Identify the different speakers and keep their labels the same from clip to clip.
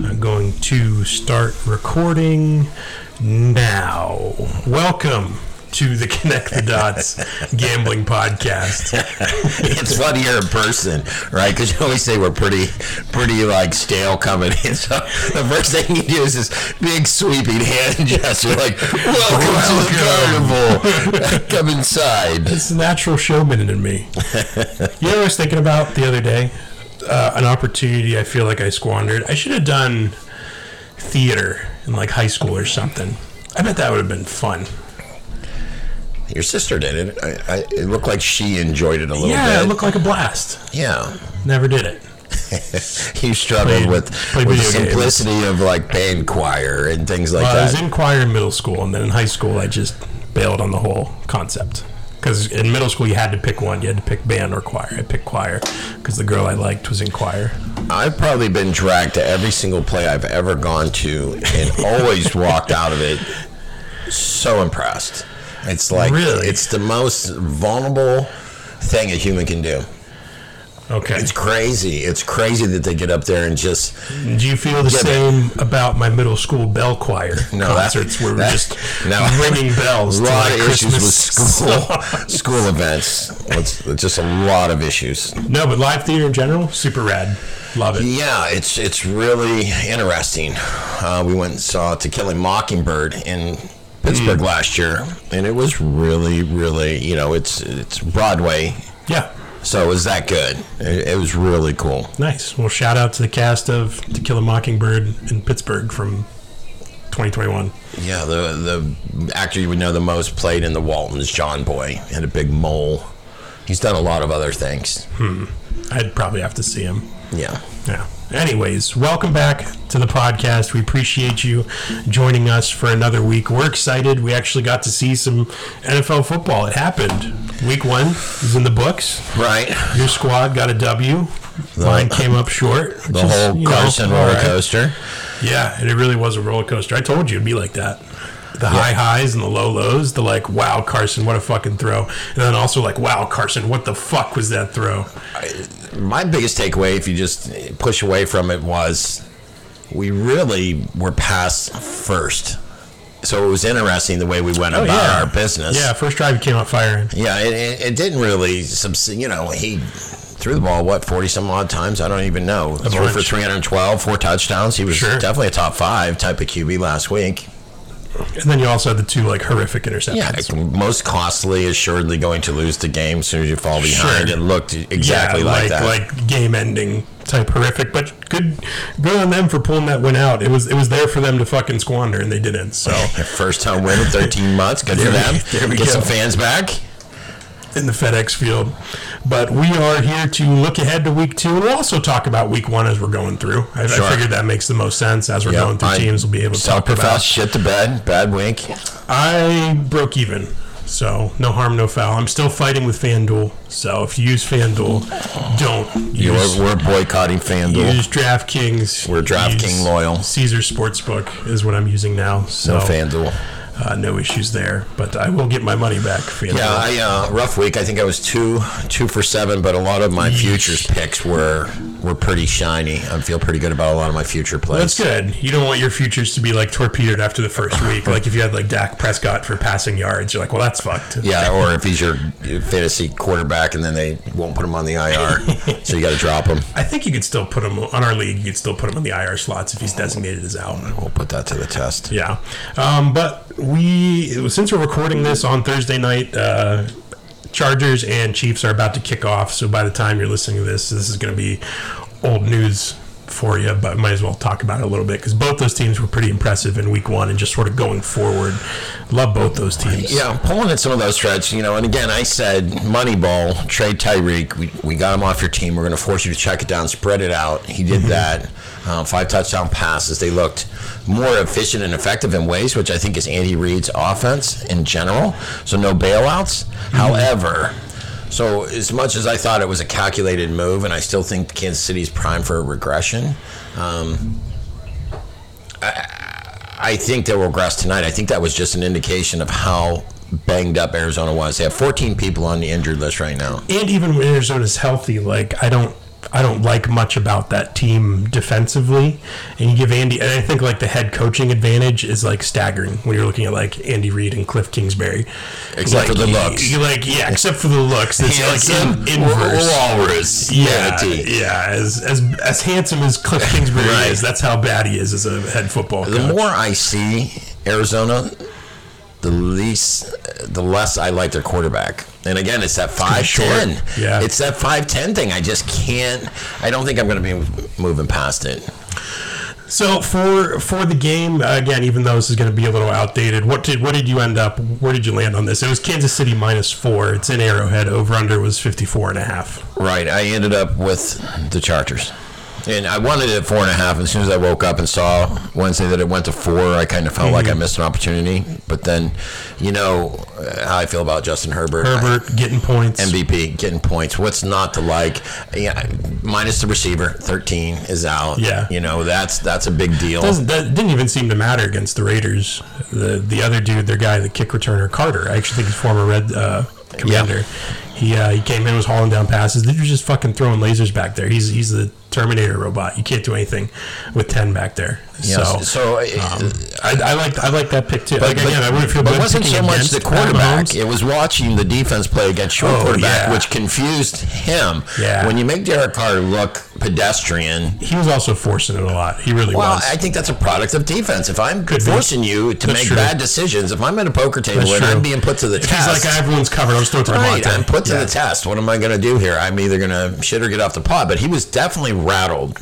Speaker 1: I'm going to start recording now. Welcome to the Connect the Dots Gambling Podcast.
Speaker 2: it's funnier in person, right? Because you always say we're pretty, pretty like stale coming in. So the first thing you do is this big sweeping hand gesture, like "Welcome to the carnival. Come inside."
Speaker 1: It's the natural showman in me. You know what I was thinking about the other day? Uh, an opportunity I feel like I squandered. I should have done theater in like high school or something. I bet that would have been fun.
Speaker 2: Your sister did it. I, I, it looked like she enjoyed it a little
Speaker 1: Yeah, it
Speaker 2: bit.
Speaker 1: looked like a blast.
Speaker 2: yeah.
Speaker 1: Never did it.
Speaker 2: You struggled
Speaker 1: Played-
Speaker 2: with,
Speaker 1: played
Speaker 2: with the
Speaker 1: video games.
Speaker 2: simplicity of like band choir and things like
Speaker 1: Well, I was
Speaker 2: that.
Speaker 1: in choir in middle school, and then in high school, I just bailed on the whole concept. Because in middle school, you had to pick one. You had to pick band or choir. I picked choir because the girl I liked was in choir.
Speaker 2: I've probably been dragged to every single play I've ever gone to and always walked out of it so impressed. It's like
Speaker 1: Really?
Speaker 2: it's the most vulnerable thing a human can do.
Speaker 1: Okay.
Speaker 2: It's crazy. It's crazy that they get up there and just
Speaker 1: Do you feel the
Speaker 2: but-
Speaker 1: same about my middle school bell choir
Speaker 2: No, that-
Speaker 1: concerts where we're
Speaker 2: that-
Speaker 1: just
Speaker 2: no.
Speaker 1: ringing bells?
Speaker 2: a
Speaker 1: to
Speaker 2: lot
Speaker 1: like
Speaker 2: of issues with
Speaker 1: Christmas
Speaker 2: school
Speaker 1: songs?
Speaker 2: school events. It's, it's just a lot of issues.
Speaker 1: No, but live theater in general, super rad. Love it.
Speaker 2: Yeah, it's it's really interesting. Uh, we went and saw To Kill a Mockingbird in Pittsburgh last year, and it was really, really you know it's it's Broadway,
Speaker 1: Yeah.
Speaker 2: so it was that good. It, it was really cool.
Speaker 1: Nice. Well, shout out to the cast of To Kill a Mockingbird in Pittsburgh from 2021.
Speaker 2: Yeah, the the actor you would know the most played in the Waltons, John Boy, had a big mole. He's done a lot of other things.
Speaker 1: I'd probably have to see him.
Speaker 2: Yeah.
Speaker 1: Yeah. Anyways, welcome back to the podcast. We appreciate you joining us for another week. We're excited. We actually got to see some NFL football. It happened. Week one is in the books.
Speaker 2: Right.
Speaker 1: Your squad got a W. Mine came up short.
Speaker 2: The whole Carson roller coaster.
Speaker 1: Yeah, and it really was a roller coaster. I told you it'd be like that. The high highs and the low lows. The like, wow, Carson, what a fucking throw. And then also like, wow, Carson, what the fuck was that throw?
Speaker 2: my biggest takeaway, if you just push away from it, was we really were past first. So it was interesting the way we went about
Speaker 1: Oh, yeah.
Speaker 2: our business.
Speaker 1: Yeah, first drive came out firing.
Speaker 2: Yeah, it, it, it didn't really, subs- you know, he threw the ball, what, 40 some odd times? I don't even know. Threw for
Speaker 1: bunch.
Speaker 2: 312, four touchdowns. He was
Speaker 1: Sure.
Speaker 2: definitely a top five type of QB last week.
Speaker 1: And then you also had the two like horrific interceptions.
Speaker 2: Yeah, most costly, assuredly going to lose the game as soon as you fall behind.
Speaker 1: Sure.
Speaker 2: It looked exactly
Speaker 1: Yeah,
Speaker 2: like, that.
Speaker 1: Like game ending type horrific, but good good on them for pulling that win out. It was it was there for them to fucking squander and they didn't. So
Speaker 2: First home win in 13 months. Good for
Speaker 1: There we-
Speaker 2: them.
Speaker 1: there we
Speaker 2: Get
Speaker 1: go.
Speaker 2: some fans back.
Speaker 1: in the FedEx field. But we are here to look ahead to week two and we'll also talk about week one as we're going through. I,
Speaker 2: Sure.
Speaker 1: I figured that makes the most sense as we're
Speaker 2: Yep,
Speaker 1: going through
Speaker 2: I-
Speaker 1: teams we'll be able to talk
Speaker 2: Self-professed
Speaker 1: about.
Speaker 2: shit to bed. Bad wink.
Speaker 1: I broke even. So no harm, no foul. I'm still fighting with FanDuel. So if you use FanDuel, don't
Speaker 2: You
Speaker 1: use
Speaker 2: we're, we're boycotting FanDuel.
Speaker 1: use DraftKings.
Speaker 2: We're DraftKings
Speaker 1: Use
Speaker 2: loyal.
Speaker 1: Caesar Sportsbook is what I'm using now. So
Speaker 2: no FanDuel.
Speaker 1: uh, no issues there. But I will get my money back. For you.
Speaker 2: Yeah, I uh, rough week. I think I was two two for seven, but a lot of my futures picks were were pretty shiny. I feel pretty good about a lot of my future plays.
Speaker 1: that's good. You don't want your futures to be like torpedoed after the first week. Like if you had like Dak Prescott for passing yards, you're like, well, that's fucked.
Speaker 2: Yeah, or if he's your fantasy quarterback and then they won't put him on the IR, so you got to drop him.
Speaker 1: I think you could still put him on our league. You could still put him on the IR slots if he's designated as out.
Speaker 2: We'll put that to the test.
Speaker 1: Yeah, um, but we since we're recording this on Thursday night, uh, Chargers and Chiefs are about to kick off. So by the time you're listening to this, this is going to be old news for you. But might as well talk about it a little bit because both those teams were pretty impressive in Week One and just sort of going forward. Love both those teams.
Speaker 2: Yeah, I'm pulling at some of those threads, you know. And again, I said Moneyball, trade Tyreek. We, we got him off your team. We're going to force you to check it down, spread it out. He did that. Uh, five touchdown passes. They looked more efficient and effective in ways, which I think is Andy Reid's offense in general. So no bailouts. However, so as much as I thought it was a calculated move, and I still think Kansas City's prime for a regression. Um, I think they'll regress tonight. I think that was just an indication of how banged up Arizona was. They have 14 people on the injured list right now.
Speaker 1: And even when Arizona's healthy, like I don't I don't like much about that team defensively. And you give Andy, and I think like the head coaching advantage is like staggering when you're looking at like Andy Reid and Cliff Kingsbury.
Speaker 2: Except
Speaker 1: Like,
Speaker 2: for the
Speaker 1: you-
Speaker 2: looks.
Speaker 1: you like yeah, except for the looks. It's
Speaker 2: Handsome
Speaker 1: like in, inverse.
Speaker 2: walrus.
Speaker 1: Yeah,
Speaker 2: manatee.
Speaker 1: yeah. As as as handsome as Cliff Kingsbury
Speaker 2: Right.
Speaker 1: is, that's how bad he is as a head football
Speaker 2: The
Speaker 1: coach.
Speaker 2: more I see Arizona, the least, the less I like their quarterback. And again, it's that five ten.
Speaker 1: Yeah.
Speaker 2: it's that five ten thing. I just can't. I don't think I'm going to be moving past it.
Speaker 1: So for for the game again, even though this is going to be a little outdated, what did what did you end up? Where did you land on this? It was Kansas City minus four. It's in Arrowhead. Over under was 54 and a half.
Speaker 2: Right. I ended up with the Chargers. And I wanted it at four and a half. And as soon as I woke up and saw Wednesday that it went to four, I kind of felt
Speaker 1: Mm-hmm.
Speaker 2: like I missed an opportunity. But then, you know uh, how I feel about Justin Herbert.
Speaker 1: Herbert getting points.
Speaker 2: MVP getting points. What's not to like? Yeah, minus the receiver, thirteen is out.
Speaker 1: Yeah.
Speaker 2: you know that's that's a big deal.
Speaker 1: doesn't that didn't even seem to matter against the Raiders. The the other dude, their guy, the kick returner Carter. I actually think he's former Red uh, Commander. He uh, he came in was hauling down passes. They were just fucking throwing lasers back there. He's he's the Terminator robot. You can't do anything with ten back there.
Speaker 2: Yes.
Speaker 1: So
Speaker 2: So, uh,
Speaker 1: um, I, I like I like that pick too. like
Speaker 2: but-
Speaker 1: again, I wouldn't feel
Speaker 2: but
Speaker 1: good
Speaker 2: it wasn't so
Speaker 1: picking
Speaker 2: much the
Speaker 1: against Pat
Speaker 2: quarterback.
Speaker 1: Mahomes.
Speaker 2: It was watching the defense play against your
Speaker 1: Oh,
Speaker 2: quarterback,
Speaker 1: yeah.
Speaker 2: which confused him.
Speaker 1: Yeah.
Speaker 2: When you make Derek Carr look pedestrian,
Speaker 1: He was also forcing it a lot. He really
Speaker 2: Well,
Speaker 1: was.
Speaker 2: I think that's a product of defense. If I'm
Speaker 1: Could be.
Speaker 2: forcing you to
Speaker 1: That's
Speaker 2: make
Speaker 1: true.
Speaker 2: bad decisions, if I'm at a poker table
Speaker 1: That's
Speaker 2: and
Speaker 1: true.
Speaker 2: I'm being put to the
Speaker 1: If
Speaker 2: test,
Speaker 1: He's like everyone's covered. I'm still talking
Speaker 2: Right,
Speaker 1: about
Speaker 2: I'm put to the test. What am I going to do here? I'm either going to shit or get off the pod. But he was definitely rattled.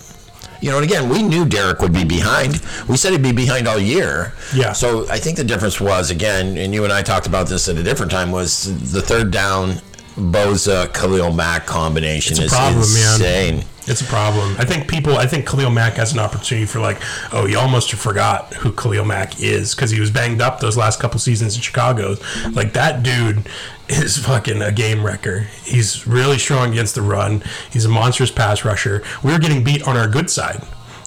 Speaker 2: You know, and again, we knew Derek would be behind. We said he'd be behind all year.
Speaker 1: Yeah.
Speaker 2: So I think the difference was, again, and you and I talked about this at a different time, was the third down Boza Khalil Mack combination
Speaker 1: It's a
Speaker 2: is
Speaker 1: problem, man.
Speaker 2: insane.
Speaker 1: It's a problem. I think people. I think Khalil Mack has an opportunity for like, oh, you almost forgot who Khalil Mack is because he was banged up those last couple seasons in Chicago. Like that dude is fucking a game wrecker. He's really strong against the run. He's a monstrous pass rusher. We were getting beat on our good side.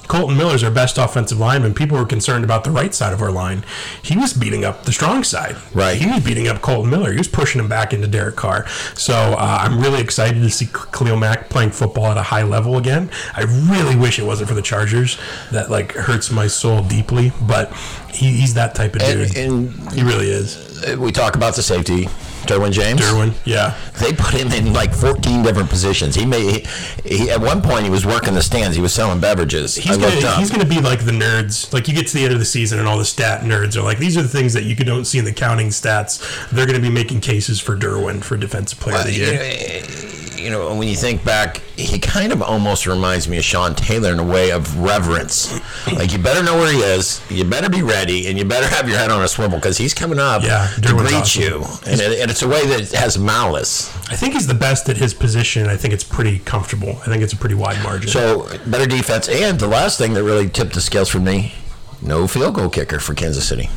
Speaker 1: Colton Miller's our best offensive lineman. People were concerned about the right side of our line. He was beating up the strong side.
Speaker 2: Right.
Speaker 1: He was beating up Colton Miller. He was pushing him back into Derek Carr. So uh, I'm really excited to see Khalil Mack playing football at a high level again. I really wish it wasn't for the Chargers. That like hurts my soul deeply. But he, he's that type of dude.
Speaker 2: And, and
Speaker 1: he really is.
Speaker 2: uh, we talk about the safety, Derwin James.
Speaker 1: Derwin. Yeah.
Speaker 2: They put him in like 14 different positions. He made he, he, at one point he was working the stands. He was selling beverages. I
Speaker 1: He's
Speaker 2: looked
Speaker 1: gonna,
Speaker 2: up.
Speaker 1: he's gonna be like the nerds. Like you get to the end of the season and all the stat nerds are like, these are the things that you could- don't see in the counting stats. They're gonna be making cases for Derwin for defensive player of the
Speaker 2: you
Speaker 1: year.
Speaker 2: know, you know, when you think back, he kind of almost reminds me of Sean Taylor in a way of reverence. Like you better know where he is, you better be ready, and you better have your head on a swivel because he's coming up
Speaker 1: Yeah,
Speaker 2: to
Speaker 1: Derwin's
Speaker 2: greet
Speaker 1: awesome.
Speaker 2: you, and, it, and it's a way that has malice.
Speaker 1: I think he's the best at his position. I think it's pretty comfortable. I think it's a pretty wide margin.
Speaker 2: So better defense, and the last thing that really tipped the scales for me, no field goal kicker for Kansas City.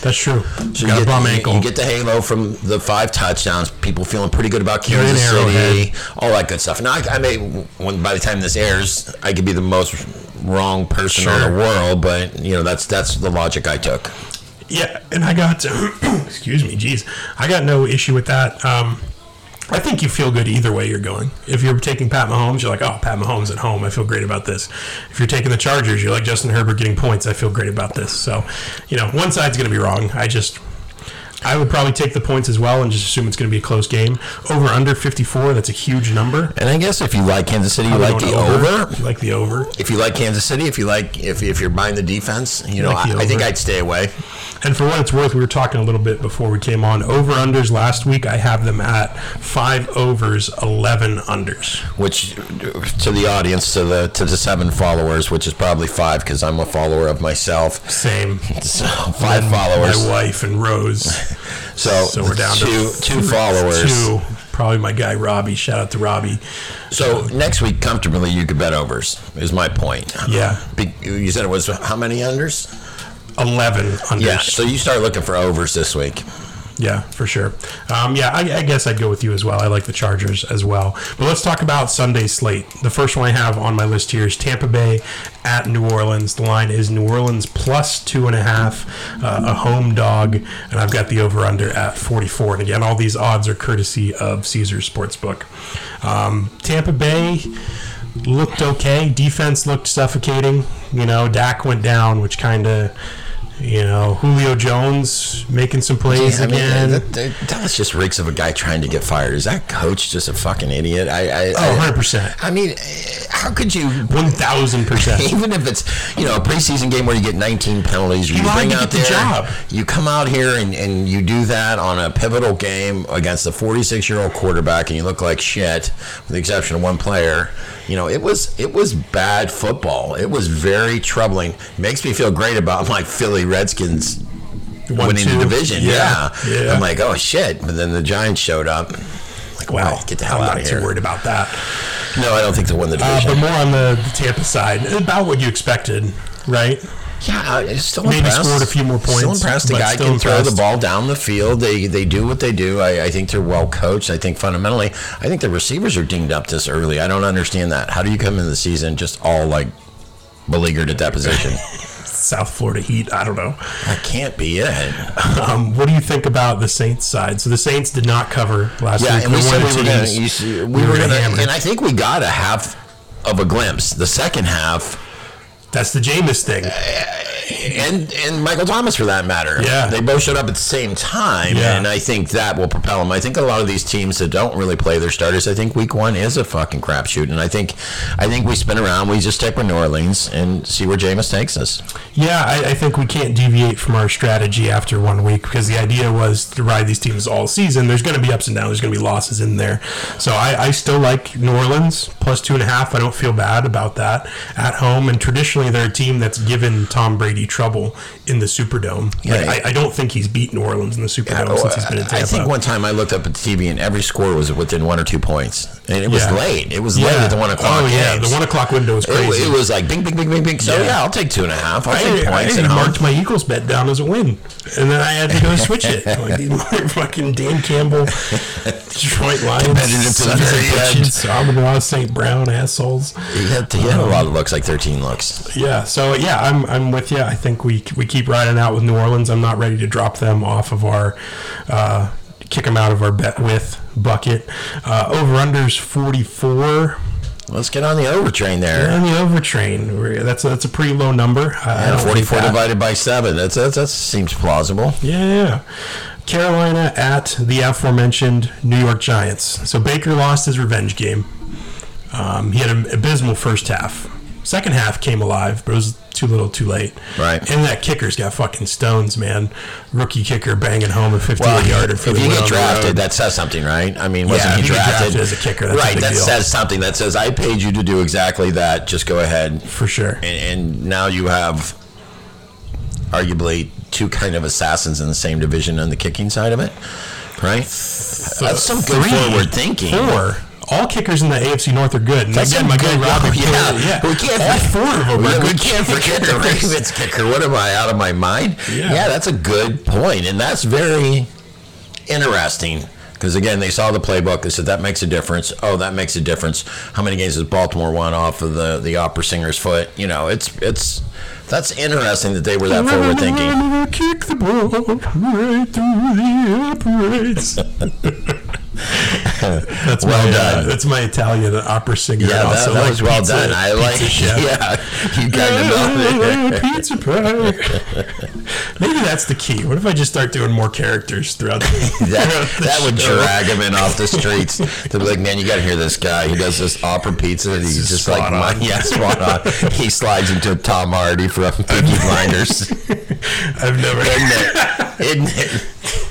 Speaker 1: That's true. got
Speaker 2: So you
Speaker 1: a
Speaker 2: get,
Speaker 1: bum
Speaker 2: you-
Speaker 1: ankle.
Speaker 2: You get the halo from the five touchdowns. People feeling pretty good about
Speaker 1: in
Speaker 2: Kansas City,
Speaker 1: Arrowhead.
Speaker 2: all that good stuff. Now, I, I may, when by the time this airs, I could be the most wrong person in
Speaker 1: Sure.
Speaker 2: the world, but you know that's that's the logic I took.
Speaker 1: yeah, and I got excuse me, jeez, I got no issue with that. Um, I think you feel good either way you're going. If you're taking Pat Mahomes, you're like, oh, Pat Mahomes at home. I feel great about this. If you're taking the Chargers, you're like Justin Herbert getting points. I feel great about this. So, you know, one side's going to be wrong. I just. I would probably take the points as well and just assume it's going to be a close game. Over under 54, that's a huge number.
Speaker 2: And I guess if you like Kansas City, you like
Speaker 1: Going
Speaker 2: the over.
Speaker 1: Like the over.
Speaker 2: If you like Kansas City, if you like if if you're buying the defense, you know
Speaker 1: like the
Speaker 2: I, I think
Speaker 1: over.
Speaker 2: I'd stay away.
Speaker 1: And for what it's worth, we were talking a little bit before we came on. Over unders last week, I have them at five overs, 11 unders.
Speaker 2: Which to the audience, to the to the seven followers, which is probably five because I'm a follower of myself.
Speaker 1: Same.
Speaker 2: So five
Speaker 1: My
Speaker 2: followers.
Speaker 1: wife and Rose.
Speaker 2: So,
Speaker 1: So we're down
Speaker 2: two,
Speaker 1: to
Speaker 2: two followers.
Speaker 1: Two. Probably my guy, Robbie. Shout out to Robbie.
Speaker 2: So next week, comfortably, you could bet overs. Is my point.
Speaker 1: Yeah.
Speaker 2: Be- You said it was how many unders?
Speaker 1: 11 unders.
Speaker 2: Yeah. So you start looking for overs this week.
Speaker 1: Yeah, for sure. Um, yeah, I, I guess I'd go with you as well. I like the Chargers as well. But let's talk about Sunday's slate. The first one I have on my list here is Tampa Bay at New Orleans. The line is New Orleans plus two and a half, uh, a home dog, and I've got the over under at 44. And again, all these odds are courtesy of Caesars Sportsbook. Um, Tampa Bay. looked okay. Defense looked suffocating. You know, Dak went down, which kind of, you know, Julio Jones making some plays
Speaker 2: I mean,
Speaker 1: again.
Speaker 2: that, that- that was just reeks of a guy trying to get fired. Is that coach just a fucking idiot? I, I,
Speaker 1: oh,
Speaker 2: I,
Speaker 1: 100%.
Speaker 2: I mean, eh, how could you
Speaker 1: 1000%.
Speaker 2: even if it's you know a preseason game where you get 19 penalties, you
Speaker 1: He wanted
Speaker 2: bring
Speaker 1: to
Speaker 2: out
Speaker 1: get the
Speaker 2: there,
Speaker 1: job.
Speaker 2: you come out here and, and you do that on a pivotal game against a 46 year old quarterback, and you look like shit, with the exception of one player. You know, it was it was bad football. It was very troubling. Makes me feel great about my Philly Redskins.
Speaker 1: One,
Speaker 2: winning
Speaker 1: two.
Speaker 2: the division,
Speaker 1: Yeah.
Speaker 2: yeah.
Speaker 1: Yeah.
Speaker 2: I'm like, oh shit! But then the Giants showed up. Like, wow,
Speaker 1: Right.
Speaker 2: get the hell
Speaker 1: I'm
Speaker 2: out
Speaker 1: not
Speaker 2: of
Speaker 1: too
Speaker 2: here.
Speaker 1: worried about that.
Speaker 2: No, I don't think they won the
Speaker 1: Uh,
Speaker 2: division.
Speaker 1: but more on the, the Tampa side, about what you expected, right?
Speaker 2: Yeah, I- I'm still
Speaker 1: Maybe
Speaker 2: impressed.
Speaker 1: scored a few more
Speaker 2: Still
Speaker 1: points,
Speaker 2: impressed. The
Speaker 1: but
Speaker 2: guy
Speaker 1: still
Speaker 2: can throw
Speaker 1: impressed.
Speaker 2: the ball down the field. They they do what they do. I, I think they're well coached. I think fundamentally, I think the receivers are dinged up this early. I don't understand that. How do you come into the season just all like beleaguered at that position?
Speaker 1: South Florida Heat. I don't know.
Speaker 2: that can't be it.
Speaker 1: Um, what do you think about the Saints side? So the Saints did not cover last
Speaker 2: Yeah,
Speaker 1: week.
Speaker 2: and we
Speaker 1: They
Speaker 2: said
Speaker 1: wanted
Speaker 2: we were
Speaker 1: to
Speaker 2: going
Speaker 1: use-
Speaker 2: to.
Speaker 1: we
Speaker 2: We were
Speaker 1: were
Speaker 2: going to,
Speaker 1: hammered.
Speaker 2: and I think we got a half of a glimpse. The second half.
Speaker 1: That's the Jameis thing.
Speaker 2: and and Michael Thomas for that matter.
Speaker 1: Yeah.
Speaker 2: they both showed up at the same time,
Speaker 1: Yeah.
Speaker 2: and I think that will propel them. I think a lot of these teams that don't really play their starters, I think Week One is a fucking crapshoot, and I think I think we spin around. We just take with New Orleans and see where Jameis takes us.
Speaker 1: Yeah, I, I think we can't deviate from our strategy after one week because the idea was to ride these teams all season. There's going to be ups and downs. There's going to be losses in there. So I, I still like New Orleans plus two and a half. I don't feel bad about that at home. And traditionally, they're a team that's given Tom Brady trouble in the Superdome. Like,
Speaker 2: Yeah.
Speaker 1: I, I don't think he's beat New Orleans in the Superdome since he's been in
Speaker 2: I
Speaker 1: Tampa.
Speaker 2: think one time I looked up at the TV and every score was within one or two points, and it was
Speaker 1: Yeah.
Speaker 2: late. It was late at the one o'clock.
Speaker 1: Oh yeah,
Speaker 2: games.
Speaker 1: the one o'clock window is
Speaker 2: It,
Speaker 1: crazy.
Speaker 2: wa- it was like bing, bing, bing, bing, bing. So
Speaker 1: Yeah.
Speaker 2: yeah, I'll take two and a half. I'll
Speaker 1: I,
Speaker 2: take
Speaker 1: I
Speaker 2: points
Speaker 1: even
Speaker 2: at home.
Speaker 1: marked my Eagles bet down as a win, and then I had to go switch it. Like, these mother- fucking Dan Campbel, Detroit
Speaker 2: Competitive
Speaker 1: Lions,
Speaker 2: to the very end.
Speaker 1: Salmon Ross, St. Brown assholes.
Speaker 2: He had, he had a lot of looks, like thirteen looks.
Speaker 1: Yeah, so yeah, I'm I'm with you. I think we we keep riding out with New Orleans. I'm not ready to drop them off of our. Uh, Kick them out of our bet with bucket. Uh, over unders 44.
Speaker 2: Let's get on the over train there.
Speaker 1: And the overtrain. We're- That's a, that's a pretty low number. I- I
Speaker 2: And
Speaker 1: don't think
Speaker 2: 44
Speaker 1: that-
Speaker 2: divided by 7. That's, that's, that seems plausible.
Speaker 1: Yeah, yeah, yeah. Carolina at the aforementioned New York Giants. So Baker lost his revenge game. Um, he had an abysmal first half. Second half came alive, but it was too little, too late.
Speaker 2: Right.
Speaker 1: And that kicker's got fucking stones, man. Rookie kicker banging home a 58 yarder
Speaker 2: if
Speaker 1: for
Speaker 2: you
Speaker 1: the win
Speaker 2: get
Speaker 1: on the
Speaker 2: drafted,
Speaker 1: road.
Speaker 2: that says something, right? I mean, wasn't
Speaker 1: Yeah,
Speaker 2: he
Speaker 1: if you get
Speaker 2: drafted?
Speaker 1: drafted as a kicker, that's a
Speaker 2: right,
Speaker 1: big
Speaker 2: that
Speaker 1: deal.
Speaker 2: says something. That says, I paid you to do exactly that. Just go ahead.
Speaker 1: for sure.
Speaker 2: And, and now you have arguably two kind of assassins in the same division on the kicking side of it, right? that's some good
Speaker 1: Three,
Speaker 2: forward thinking.
Speaker 1: Four. All kickers in the AFC North are good. And
Speaker 2: That's
Speaker 1: again,
Speaker 2: some
Speaker 1: my good
Speaker 2: good-
Speaker 1: Robert
Speaker 2: yeah,
Speaker 1: Kelly- yeah.
Speaker 2: we can't-
Speaker 1: All four of them
Speaker 2: We,
Speaker 1: are
Speaker 2: we
Speaker 1: good
Speaker 2: can't forget the
Speaker 1: kickers.
Speaker 2: Ravens kicker. What am I out of my mind?
Speaker 1: Yeah.
Speaker 2: that's a good point, and that's very interesting because again, they saw the playbook. They said that makes a difference. Oh, that makes a difference. How many games has Baltimore won off of the the opera singer's foot? You know, it's it's that's interesting that they were that forward thinking.
Speaker 1: Kick the ball right through the operates. that's
Speaker 2: Well
Speaker 1: my, uh,
Speaker 2: done.
Speaker 1: that's my Italian opera singer.
Speaker 2: Yeah, that,
Speaker 1: also
Speaker 2: that
Speaker 1: like
Speaker 2: was well
Speaker 1: pizza-
Speaker 2: done. I like.
Speaker 1: pizza chef.
Speaker 2: Yeah, you kind of know it.
Speaker 1: Pizza pie. Maybe that's the key. What if I just start doing more characters throughout the
Speaker 2: That,
Speaker 1: throughout the
Speaker 2: that would
Speaker 1: show?
Speaker 2: drag him in off the streets. They'd be like, man, you got to hear this guy. He does this opera pizza, and he's
Speaker 1: This is
Speaker 2: just like,
Speaker 1: spot
Speaker 2: my,
Speaker 1: on."
Speaker 2: yeah, spot on. He slides into Tom Hardy from Peaky Blinders. Isn't
Speaker 1: I've never
Speaker 2: it? Isn't it?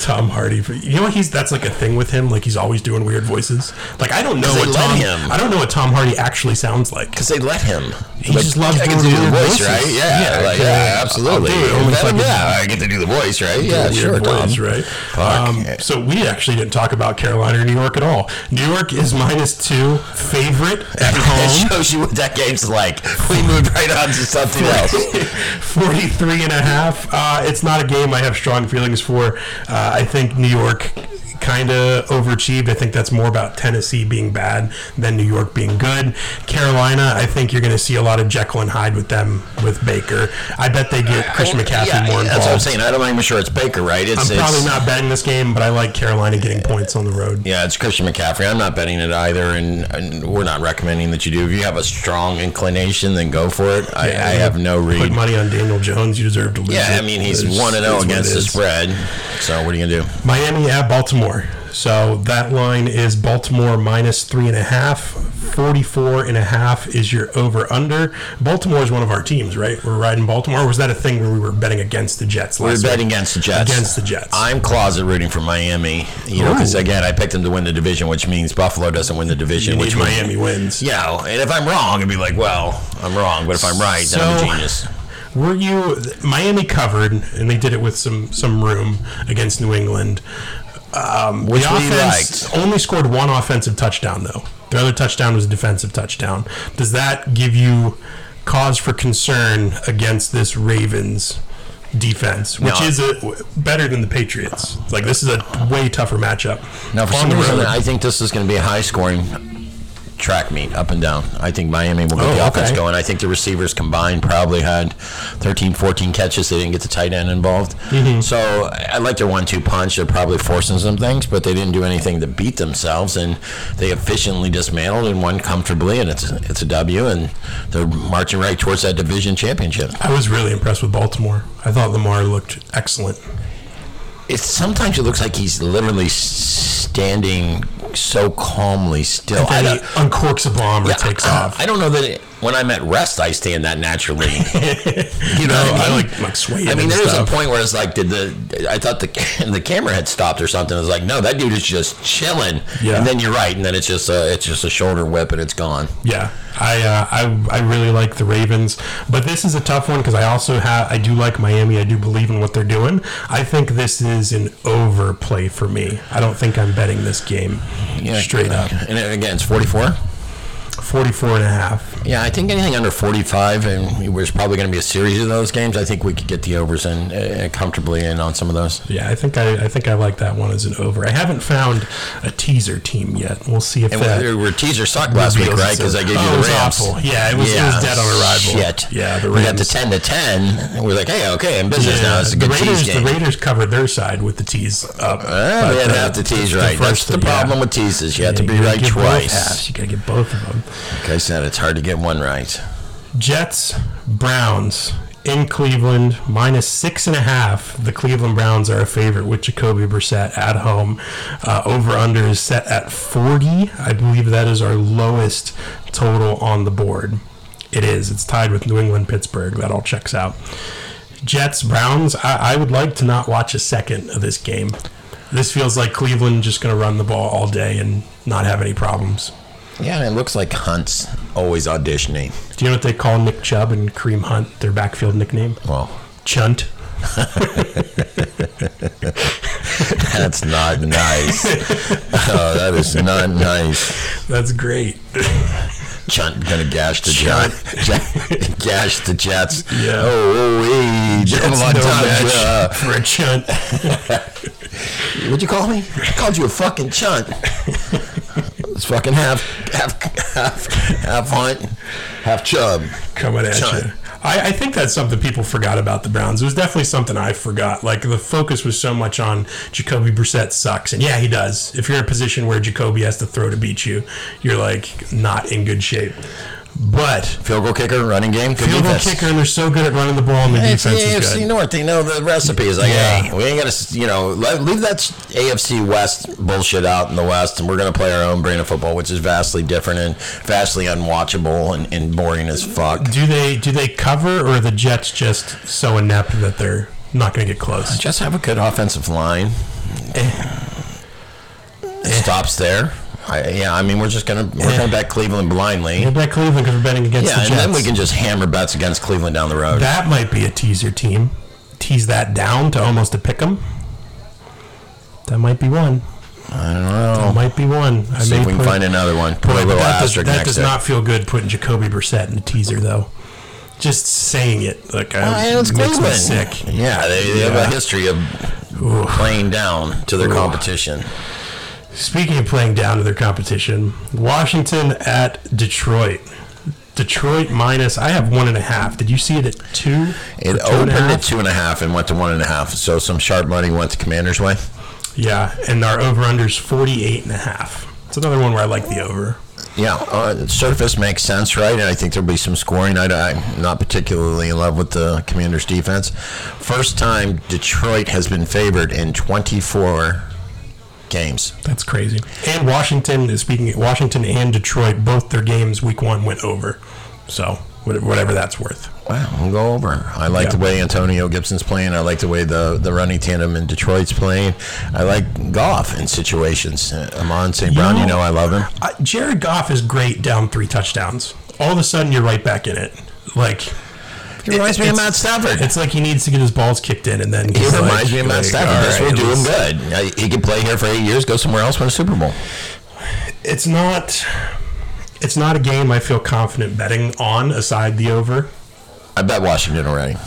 Speaker 1: Tom Hardy. You know he's that's like a thing with him. Like he's always doing weird voices. Like I don't know
Speaker 2: They
Speaker 1: what Tom.
Speaker 2: let him.
Speaker 1: I don't know what Tom Hardy actually sounds like.
Speaker 2: Because they let him.
Speaker 1: He just loves
Speaker 2: I get
Speaker 1: doing
Speaker 2: to do the
Speaker 1: weird
Speaker 2: voice,
Speaker 1: voices.
Speaker 2: right? Yeah,
Speaker 1: Yeah,
Speaker 2: like,
Speaker 1: okay.
Speaker 2: yeah,
Speaker 1: I'll
Speaker 2: absolutely.
Speaker 1: do it only if I
Speaker 2: Let him-
Speaker 1: can-
Speaker 2: yeah, I get to do the voice, right? Yeah,
Speaker 1: weird
Speaker 2: sure, Tom.
Speaker 1: voice, right?
Speaker 2: Fuck.
Speaker 1: Um, so we actually didn't talk about Carolina or New York at all. New York is minus two favorite at
Speaker 2: That
Speaker 1: home.
Speaker 2: shows you what that game's like. We moved right on to something else.
Speaker 1: 43 and a half. Uh, it's not a game I have strong feelings for. Uh, I think New York kind of overachieved. I think that's more about Tennessee being bad than New York being good. Carolina, I think you're going to see a lot of Jekyll and Hyde with them with Baker. I bet they get Christian McCaffrey
Speaker 2: Uh, yeah,
Speaker 1: more involved.
Speaker 2: that's what I'm saying. I don't even sure it's Baker, right? It's,
Speaker 1: I'm
Speaker 2: it's-
Speaker 1: probably not betting this game, but I like Carolina getting points on the road.
Speaker 2: Yeah, it's Christian McCaffrey. I'm not betting it either, and, and we're not recommending that you do. If you have a strong inclination, then go for it. I, I have no
Speaker 1: Put
Speaker 2: read.
Speaker 1: money on Daniel Jones. You deserve to lose.
Speaker 2: Yeah,
Speaker 1: it.
Speaker 2: I mean he's
Speaker 1: It's-
Speaker 2: one and
Speaker 1: it's
Speaker 2: zero
Speaker 1: what
Speaker 2: against
Speaker 1: it
Speaker 2: the
Speaker 1: is.
Speaker 2: spread. So what are you gonna do?
Speaker 1: Miami at Baltimore. So that line is Baltimore minus three and a half. 44 and a half is your over under. Baltimore is one of our teams, right? We're riding Baltimore. Or was that a thing where we were betting against the Jets
Speaker 2: We're
Speaker 1: last week?
Speaker 2: betting against the Jets.
Speaker 1: Against the Jets.
Speaker 2: I'm closet rooting for Miami. You know, because
Speaker 1: Ooh.
Speaker 2: again, I picked them to win the division, which means Buffalo doesn't win the division.
Speaker 1: You need
Speaker 2: which would-
Speaker 1: Miami wins.
Speaker 2: Yeah, and if I'm wrong, it'd be like, well, I'm wrong. But if I'm right, then I'm
Speaker 1: So-
Speaker 2: a genius.
Speaker 1: Were you Miami covered, and they did it with some some room against New England? Um,
Speaker 2: Which
Speaker 1: the
Speaker 2: we
Speaker 1: offense only scored one offensive touchdown, though. Their other touchdown was a defensive touchdown. Does that give you cause for concern against this Ravens defense, which
Speaker 2: No.
Speaker 1: is a, better than the Patriots? Like this is a way tougher matchup.
Speaker 2: Now, for
Speaker 1: On
Speaker 2: some
Speaker 1: the
Speaker 2: reason,
Speaker 1: road.
Speaker 2: I think this is going to be a high scoring track meet up and down. I think Miami will get
Speaker 1: Oh,
Speaker 2: the offense
Speaker 1: okay.
Speaker 2: going. I think the receivers combined probably had 13, 14 catches. They didn't get the tight end involved.
Speaker 1: Mm-hmm.
Speaker 2: So I I like their one two punch. They're probably forcing some things, but they didn't do anything to beat themselves. And they efficiently dismantled and won comfortably. And it's, it's a W. And they're marching right towards that division championship.
Speaker 1: I was really impressed with Baltimore. I thought Lamar looked excellent.
Speaker 2: It's sometimes it looks like he's literally standing so calmly still. I
Speaker 1: Then
Speaker 2: don't-
Speaker 1: he uncorks a bomb or
Speaker 2: Yeah,
Speaker 1: takes
Speaker 2: I,
Speaker 1: off.
Speaker 2: I don't know that it, when I'm at rest, I stand that naturally. you know,
Speaker 1: I
Speaker 2: I mean,
Speaker 1: like like swaying.
Speaker 2: I mean,
Speaker 1: and
Speaker 2: there was a
Speaker 1: stuff.
Speaker 2: point where it's like, did the? I thought the the camera had stopped or something. I was like, no, that dude is just chilling.
Speaker 1: Yeah.
Speaker 2: And then you're right, and then it's just a it's just a shoulder whip and it's gone.
Speaker 1: Yeah, I, uh, I I really like the Ravens, but this is a tough one because I also have I do like Miami. I do believe in what they're doing. I think this is an overplay for me. I don't think I'm betting this game straight up.
Speaker 2: And again, it's 44.
Speaker 1: 44 and a half.
Speaker 2: Yeah, I think anything under 45, and there's probably going to be a series of those games. I think we could get the overs in uh, comfortably in on some of those.
Speaker 1: Yeah, I think I, I think I like that one as an over. I haven't found a teaser team yet. We'll see if
Speaker 2: And
Speaker 1: that
Speaker 2: we were teaser sucked last week,
Speaker 1: reveals
Speaker 2: right? Because I
Speaker 1: itself.
Speaker 2: gave you
Speaker 1: Oh,
Speaker 2: the
Speaker 1: it was
Speaker 2: Rams.
Speaker 1: awful. Yeah, it was, it was dead on arrival.
Speaker 2: Shit.
Speaker 1: Yeah, the
Speaker 2: we got
Speaker 1: Rams.
Speaker 2: the ten to ten. and We're like, hey, okay, in business now.
Speaker 1: Yeah,
Speaker 2: It's a good
Speaker 1: the Raiders,
Speaker 2: tease game.
Speaker 1: The Raiders covered their side with the tees up.
Speaker 2: Ah,
Speaker 1: But
Speaker 2: we
Speaker 1: uh,
Speaker 2: had
Speaker 1: the-
Speaker 2: half the tease right. That's
Speaker 1: first
Speaker 2: the
Speaker 1: three, yeah.
Speaker 2: problem with teases. You have to
Speaker 1: Yeah,
Speaker 2: be
Speaker 1: you gotta
Speaker 2: right
Speaker 1: get both
Speaker 2: twice.
Speaker 1: halves. You got to get both of them.
Speaker 2: Like I said, it's hard to get one right.
Speaker 1: Jets, Browns in Cleveland, minus six and a half. The Cleveland Browns are a favorite with Jacoby Brissett at home. Uh, over under is set at 40. I believe that is our lowest total on the board. It is. It's tied with New England, Pittsburgh. That all checks out. Jets, Browns, I, I would like to not watch a second of this game. This feels like Cleveland just going to run the ball all day and not have any problems.
Speaker 2: Yeah, and it looks like Hunt's always auditioning.
Speaker 1: Do you know what they call Nick Chubb and Kareem Hunt, their backfield nickname?
Speaker 2: Well,
Speaker 1: Chunt.
Speaker 2: that's not nice. oh, that is not nice.
Speaker 1: That's great.
Speaker 2: Chunt gonna gash the Chunt. gash the Jets.
Speaker 1: Yeah.
Speaker 2: Oh, oh, hey,
Speaker 1: That's
Speaker 2: Jamal
Speaker 1: no match
Speaker 2: Adams, uh,
Speaker 1: for a chunt.
Speaker 2: What'd you call me? I called you a fucking chunt. It's fucking half, half, half, half hunt, half chub.
Speaker 1: Coming at
Speaker 2: Chunt.
Speaker 1: you. I, I think that's something people forgot about the Browns. It was definitely something I forgot. Like the focus was so much on Jacoby Brissett sucks, and yeah, he does. If you're in a position where Jacoby has to throw to beat you, you're like not in good shape. But
Speaker 2: Field goal kicker, running game, good
Speaker 1: field goal
Speaker 2: defense.
Speaker 1: kicker, and they're so good at running the ball, and the
Speaker 2: It's the
Speaker 1: defense is
Speaker 2: AFC
Speaker 1: good.
Speaker 2: North. They know the recipe. It's like,
Speaker 1: Yeah.
Speaker 2: hey, we ain't got to, you know, le- leave that s- AFC West bullshit out in the West, and we're going to play our own brand of football, which is vastly different and vastly unwatchable and, and boring as fuck.
Speaker 1: Do they do they cover, or are the Jets just so inept that they're not going to get close?
Speaker 2: Just have a good offensive line.
Speaker 1: Eh.
Speaker 2: It stops there. I, yeah, I mean, we're just gonna we're gonna bet Cleveland blindly.
Speaker 1: We're back Cleveland because we're betting against
Speaker 2: Yeah,
Speaker 1: Eh. the
Speaker 2: and
Speaker 1: Jets.
Speaker 2: then we can just hammer bets against Cleveland down the road.
Speaker 1: That might be a teaser team. Tease that down to almost a pick 'em. That might be one.
Speaker 2: I don't know.
Speaker 1: That might be one. I
Speaker 2: See
Speaker 1: may
Speaker 2: if we can
Speaker 1: put-
Speaker 2: find another one. Put a
Speaker 1: But
Speaker 2: little
Speaker 1: that does,
Speaker 2: asterisk
Speaker 1: that
Speaker 2: next
Speaker 1: does
Speaker 2: to it.
Speaker 1: not feel good putting Jacoby Brissett in a teaser though. Just saying it like I
Speaker 2: Oh, it's
Speaker 1: makes me
Speaker 2: Cleveland.
Speaker 1: sick.
Speaker 2: Yeah, they, they have
Speaker 1: Yeah.
Speaker 2: a history of playing down to their competition.
Speaker 1: Speaking of playing down to their competition, Washington at Detroit. Detroit minus. I have one and a half. Did you see it at two?
Speaker 2: It
Speaker 1: Or two and
Speaker 2: opened
Speaker 1: a half?
Speaker 2: at two and a half and went to one and a half. So some sharp money went to Commander's way.
Speaker 1: Yeah, and our over unders 48 and a half. It's another one where I like the over.
Speaker 2: Yeah, uh, surface makes sense, right? And I think there'll be some scoring. I, am not particularly in love with the Commanders' defense. First time Detroit has been favored in 24 games.
Speaker 1: That's crazy. And Washington is speaking. Washington and Detroit, both their games week one went over. So what- whatever that's worth.
Speaker 2: Wow, I'll go over. I like
Speaker 1: Yeah.
Speaker 2: the way Antonio Gibson's playing. I like the way the, the running tandem in Detroit's playing. I like golf in situations. Uh, Amon St. Brown, you
Speaker 1: You-
Speaker 2: know, I love him.
Speaker 1: Uh, Jared Goff is great down three touchdowns. All of a sudden, you're right back in it. Like
Speaker 2: He reminds me of Matt Stafford.
Speaker 1: it's like he needs to get his balls kicked in, and then
Speaker 2: He
Speaker 1: he's like-
Speaker 2: reminds me of Matt
Speaker 1: like,
Speaker 2: Stafford.
Speaker 1: all
Speaker 2: This
Speaker 1: right,
Speaker 2: will do him
Speaker 1: let's-
Speaker 2: good. Uh, He could play here for eight years, go somewhere else, win a Super Bowl.
Speaker 1: It's not. It's not a game I feel confident betting on. Aside the over,
Speaker 2: I bet Washington already.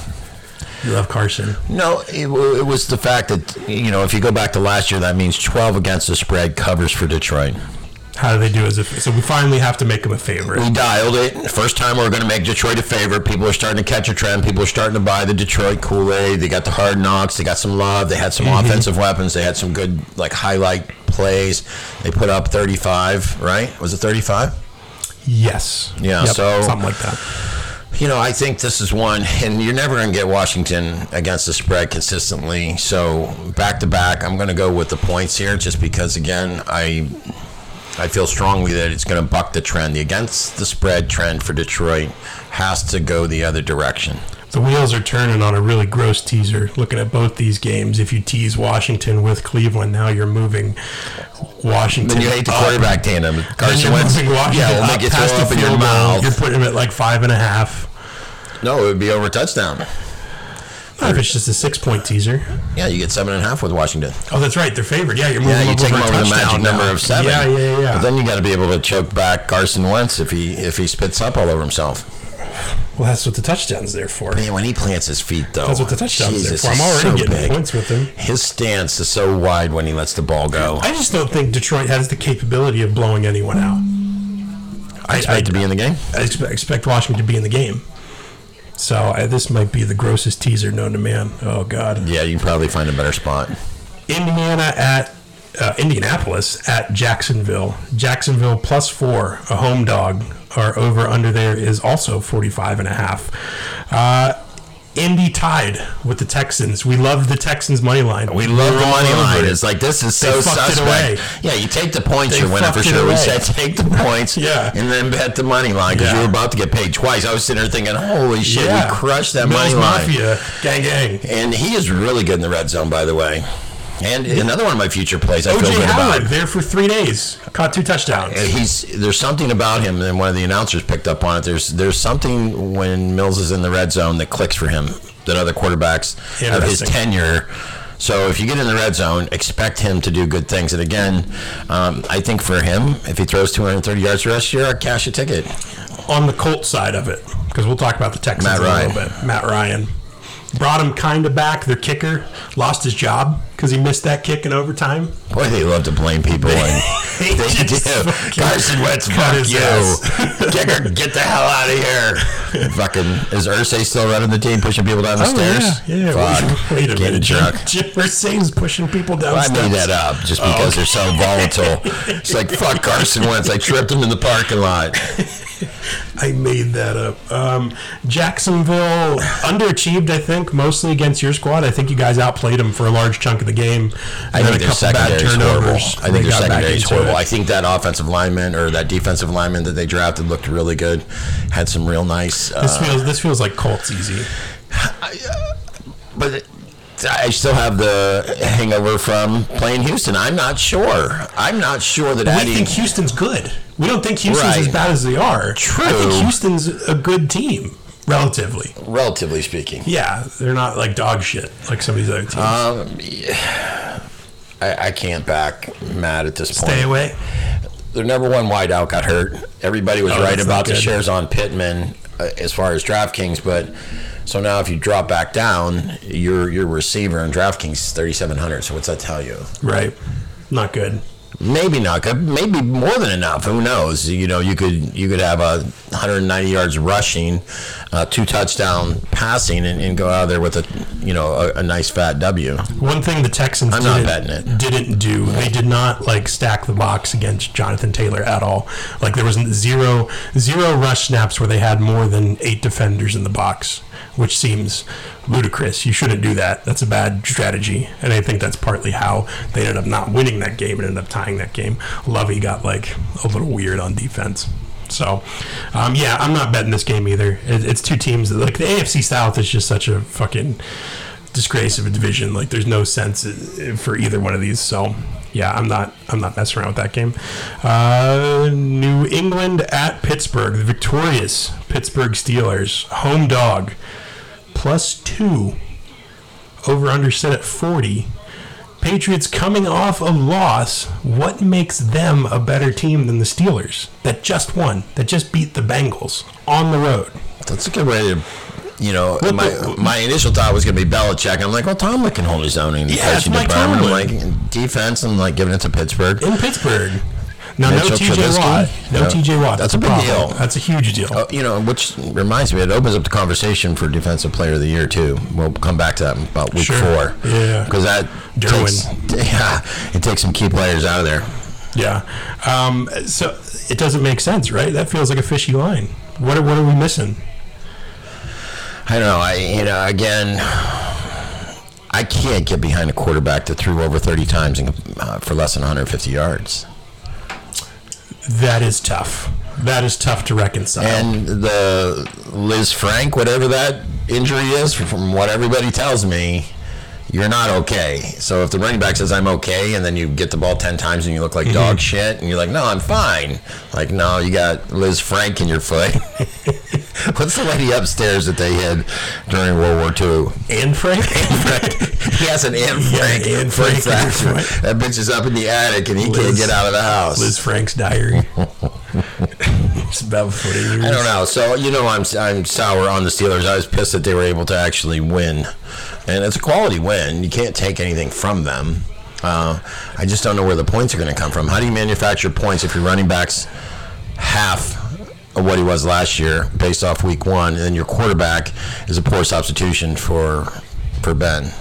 Speaker 1: you love Carson.
Speaker 2: No, it, w- it was the fact that, you know, if you go back to last year, that means 12 against the spread covers for Detroit.
Speaker 1: How do they do as a so? We finally have to make him a favorite.
Speaker 2: We dialed it. First time we are going to make Detroit a favorite. People are starting to catch a trend. People are starting to buy the Detroit Kool Aid. They got the hard knocks. They got some love. They had some offensive weapons. They had some good, like, highlight plays. They put up 35, right? Was it 35?
Speaker 1: Yes.
Speaker 2: Yeah,
Speaker 1: Yep,
Speaker 2: so-
Speaker 1: something like that.
Speaker 2: You know, I think this is one, and you're never going to get Washington against the spread consistently. So back to back, I'm going to go with the points here, just because again, I I feel strongly that it's going to buck the trend. The against the spread trend for Detroit has to go the other direction.
Speaker 1: The wheels are turning on a really gross teaser. Looking at both these games, if you tease Washington with Cleveland, now you're moving Washington.
Speaker 2: Then you hate the
Speaker 1: up.
Speaker 2: quarterback Uh, tandem.
Speaker 1: Then
Speaker 2: Carson
Speaker 1: you're
Speaker 2: Wentz.
Speaker 1: moving Washington
Speaker 2: Yeah, we'll
Speaker 1: up
Speaker 2: make you throw
Speaker 1: past the
Speaker 2: up in your
Speaker 1: field goal.
Speaker 2: mouth.
Speaker 1: You're putting him at like five and a half.
Speaker 2: No, it would be over touchdown.
Speaker 1: Not if it's just a six-point teaser.
Speaker 2: Yeah, you get seven and a half with Washington.
Speaker 1: Oh, that's right. They're favored. Yeah, you're moving
Speaker 2: Yeah, you
Speaker 1: up
Speaker 2: take
Speaker 1: over
Speaker 2: him
Speaker 1: a
Speaker 2: over the
Speaker 1: touchdown
Speaker 2: magic number
Speaker 1: now.
Speaker 2: of seven.
Speaker 1: Yeah, yeah, yeah.
Speaker 2: But then you got to be able to choke back Carson Wentz if he if he spits up all over himself.
Speaker 1: well, that's what the touchdown's there for.
Speaker 2: Man, when he plants his feet though,
Speaker 1: That's what the touchdown's there
Speaker 2: Jesus,
Speaker 1: for. I'm
Speaker 2: he's
Speaker 1: already
Speaker 2: so
Speaker 1: getting
Speaker 2: big.
Speaker 1: points with him.
Speaker 2: His stance is so wide when he lets the ball go.
Speaker 1: I just don't think Detroit has the capability of blowing anyone out.
Speaker 2: I expect to be in the game.
Speaker 1: I expect, expect Washington to be in the game. So I, this might be the grossest teaser known to man. Oh God!
Speaker 2: Yeah, you can probably find a better spot.
Speaker 1: Indiana at uh, Indianapolis at Jacksonville. Jacksonville plus four, a home dog. Our over under there is also 45 and a half. Uh, Indy tied with the Texans. We love the Texans money line.
Speaker 2: We love the
Speaker 1: We're all
Speaker 2: money
Speaker 1: over
Speaker 2: line.
Speaker 1: it.
Speaker 2: It's like this is so
Speaker 1: fucked it
Speaker 2: suspect.
Speaker 1: away.
Speaker 2: Yeah, you take the points,
Speaker 1: They
Speaker 2: you're winning for
Speaker 1: fucked it
Speaker 2: sure. We
Speaker 1: away.
Speaker 2: said take the points,
Speaker 1: Yeah.
Speaker 2: and then bet the money line because
Speaker 1: Yeah.
Speaker 2: you were about to get paid twice. I was sitting there thinking, holy shit,
Speaker 1: Yeah.
Speaker 2: we crushed that
Speaker 1: Mills
Speaker 2: money line.
Speaker 1: Mafia gang gang.
Speaker 2: And he is really good in the red zone, by the way. And another one of my future plays I feel
Speaker 1: OJ
Speaker 2: good
Speaker 1: Howard
Speaker 2: about.
Speaker 1: there for three days, caught two touchdowns.
Speaker 2: He's there's something about him, and one of the announcers picked up on it. There's there's something when Mills is in the red zone that clicks for him that other quarterbacks of his
Speaker 1: Interesting.
Speaker 2: tenure. So if you get in the red zone, expect him to do good things. And again, um, I think for him, if he throws 230 yards the rest of the year, I cash a ticket.
Speaker 1: on the Colt side of it, because we'll talk about the Texans
Speaker 2: Matt
Speaker 1: a
Speaker 2: Ryan.
Speaker 1: little bit. Matt Ryan brought him kind of back. Their kicker lost his job because he missed that kick in overtime.
Speaker 2: Boy, they love to blame people. And
Speaker 1: They
Speaker 2: they do.
Speaker 1: just fucking
Speaker 2: Carson Wentz,
Speaker 1: cut
Speaker 2: fuck
Speaker 1: his
Speaker 2: you.
Speaker 1: ass.
Speaker 2: Kicker, get the hell out of here. fucking, is Ursay still running the team, pushing people down the stairs?
Speaker 1: Oh, yeah, yeah.
Speaker 2: Fuck.
Speaker 1: Wait, wait a
Speaker 2: Get
Speaker 1: minute, Jim,
Speaker 2: drunk.
Speaker 1: Jim Mercedes pushing people down.
Speaker 2: I
Speaker 1: steps.
Speaker 2: made that up just
Speaker 1: Oh,
Speaker 2: because they're so volatile. It's like, fuck Carson Wentz. I tripped him in the parking lot.
Speaker 1: I made that up. Um, Jacksonville underachieved, I think, mostly against your squad. I think you guys outplayed them for a large chunk of the game.
Speaker 2: I
Speaker 1: And then
Speaker 2: think their secondary is horrible. I
Speaker 1: they
Speaker 2: think their
Speaker 1: got back
Speaker 2: secondary is
Speaker 1: into
Speaker 2: horrible.
Speaker 1: it.
Speaker 2: I think that offensive lineman or that defensive lineman that they drafted looked really good. Had some real nice. Uh,
Speaker 1: This feels this feels like Colts easy.
Speaker 2: but I still have the hangover from playing Houston. I'm not sure. I'm not sure that
Speaker 1: we
Speaker 2: Addy.
Speaker 1: think Houston's good. We don't think Houston's as
Speaker 2: Right.
Speaker 1: bad as they are. I think
Speaker 2: True.
Speaker 1: Houston's a good team, relatively.
Speaker 2: relatively speaking,
Speaker 1: Yeah, they're not like dog shit like some of these other teams.
Speaker 2: Um, I, I can't back Matt at this point.
Speaker 1: Stay away.
Speaker 2: their number one wideout got hurt. Everybody was right
Speaker 1: Oh, that's
Speaker 2: about
Speaker 1: not
Speaker 2: the
Speaker 1: good.
Speaker 2: shares on Pittman uh, as far as DraftKings, but so now if you drop back down, your your receiver on DraftKings is 3,700. So what's that tell you?
Speaker 1: Right. Not good.
Speaker 2: Maybe not good. Maybe more than enough. Who knows? You know, you could you could have a 190 yards rushing, uh, two touchdown passing, and, and go out there with a you know a, a nice fat W.
Speaker 1: One thing the Texans
Speaker 2: I'm not
Speaker 1: didn't,
Speaker 2: betting it.
Speaker 1: didn't do, they did not like stack the box against Jonathan Taylor at all. Like there was zero zero rush snaps where they had more than eight defenders in the box, which seems ludicrous. You shouldn't do that. That's a bad strategy. And I think that's partly how they ended up not winning that game and ended up tying that game. Lovey got like a little weird on defense. So, um, yeah, I'm not betting this game either. It, it's two teams that like the AFC South is just such a fucking disgrace of a division. Like there's no sense i- for either one of these. So yeah, I'm not I'm not messing around with that game. Uh, New England at Pittsburgh, the victorious Pittsburgh Steelers, home dog, plus two, over under set at forty. Patriots coming off a loss. What makes them a better team than the Steelers that just won, that just beat the Bengals on the road?
Speaker 2: That's a good way to. You know, my
Speaker 1: the-
Speaker 2: my initial thought was going to be Belichick. I'm like, well, Tomlin can hold his own in the
Speaker 1: Yeah, it's
Speaker 2: coaching
Speaker 1: Mike
Speaker 2: department. I'm
Speaker 1: Tomlin.
Speaker 2: like, defense, I'm like giving it to Pittsburgh.
Speaker 1: in Pittsburgh. Now,
Speaker 2: Mitchell
Speaker 1: no TJ
Speaker 2: Trubisky?
Speaker 1: Watt. No
Speaker 2: Yeah.
Speaker 1: TJ Watt.
Speaker 2: That's a
Speaker 1: the
Speaker 2: big
Speaker 1: problem.
Speaker 2: deal.
Speaker 1: That's a huge deal.
Speaker 2: Uh, you know, which reminds me, it opens up the conversation for Defensive Player of the Year too. We'll come back to that in about week
Speaker 1: Sure.
Speaker 2: four.
Speaker 1: Yeah.
Speaker 2: because that
Speaker 1: Derwin.
Speaker 2: takes- yeah, it takes some key players out of there.
Speaker 1: Yeah. Um, so it doesn't make sense, right? That feels like a fishy line. What are, what are we missing?
Speaker 2: I don't know. I you know again, I can't get behind a quarterback that threw over thirty times and, uh, for less than 150 yards.
Speaker 1: That is tough. That is tough to reconcile.
Speaker 2: And the Liz Frank, whatever that injury is, from what everybody tells me, you're not okay. So if the running back says I'm okay, and then you get the ball ten times and you look like
Speaker 1: Mm-hmm.
Speaker 2: dog shit, and you're like, no, I'm fine. Like, no, you got Liz Frank in your foot. What's the lady upstairs that they had during World War II?
Speaker 1: And Frank?
Speaker 2: Frank. He has an Anne
Speaker 1: Yeah,
Speaker 2: Frank.
Speaker 1: Anne
Speaker 2: foot
Speaker 1: Frank in your
Speaker 2: fracture.
Speaker 1: foot.
Speaker 2: That bitch is up in the attic and he can't
Speaker 1: Liz-
Speaker 2: get out of the house.
Speaker 1: Liz Frank's diary. it's about foot injuries.
Speaker 2: I don't know. So you know, I'm I'm sour on the Steelers. I was pissed that they were able to actually win, and it's a quality win. You can't take anything from them. Uh, I just don't know where the points are going to come from. How do you manufacture points if your running backs half of what he was last year based off week one, and then your quarterback is a poor substitution for for Ben?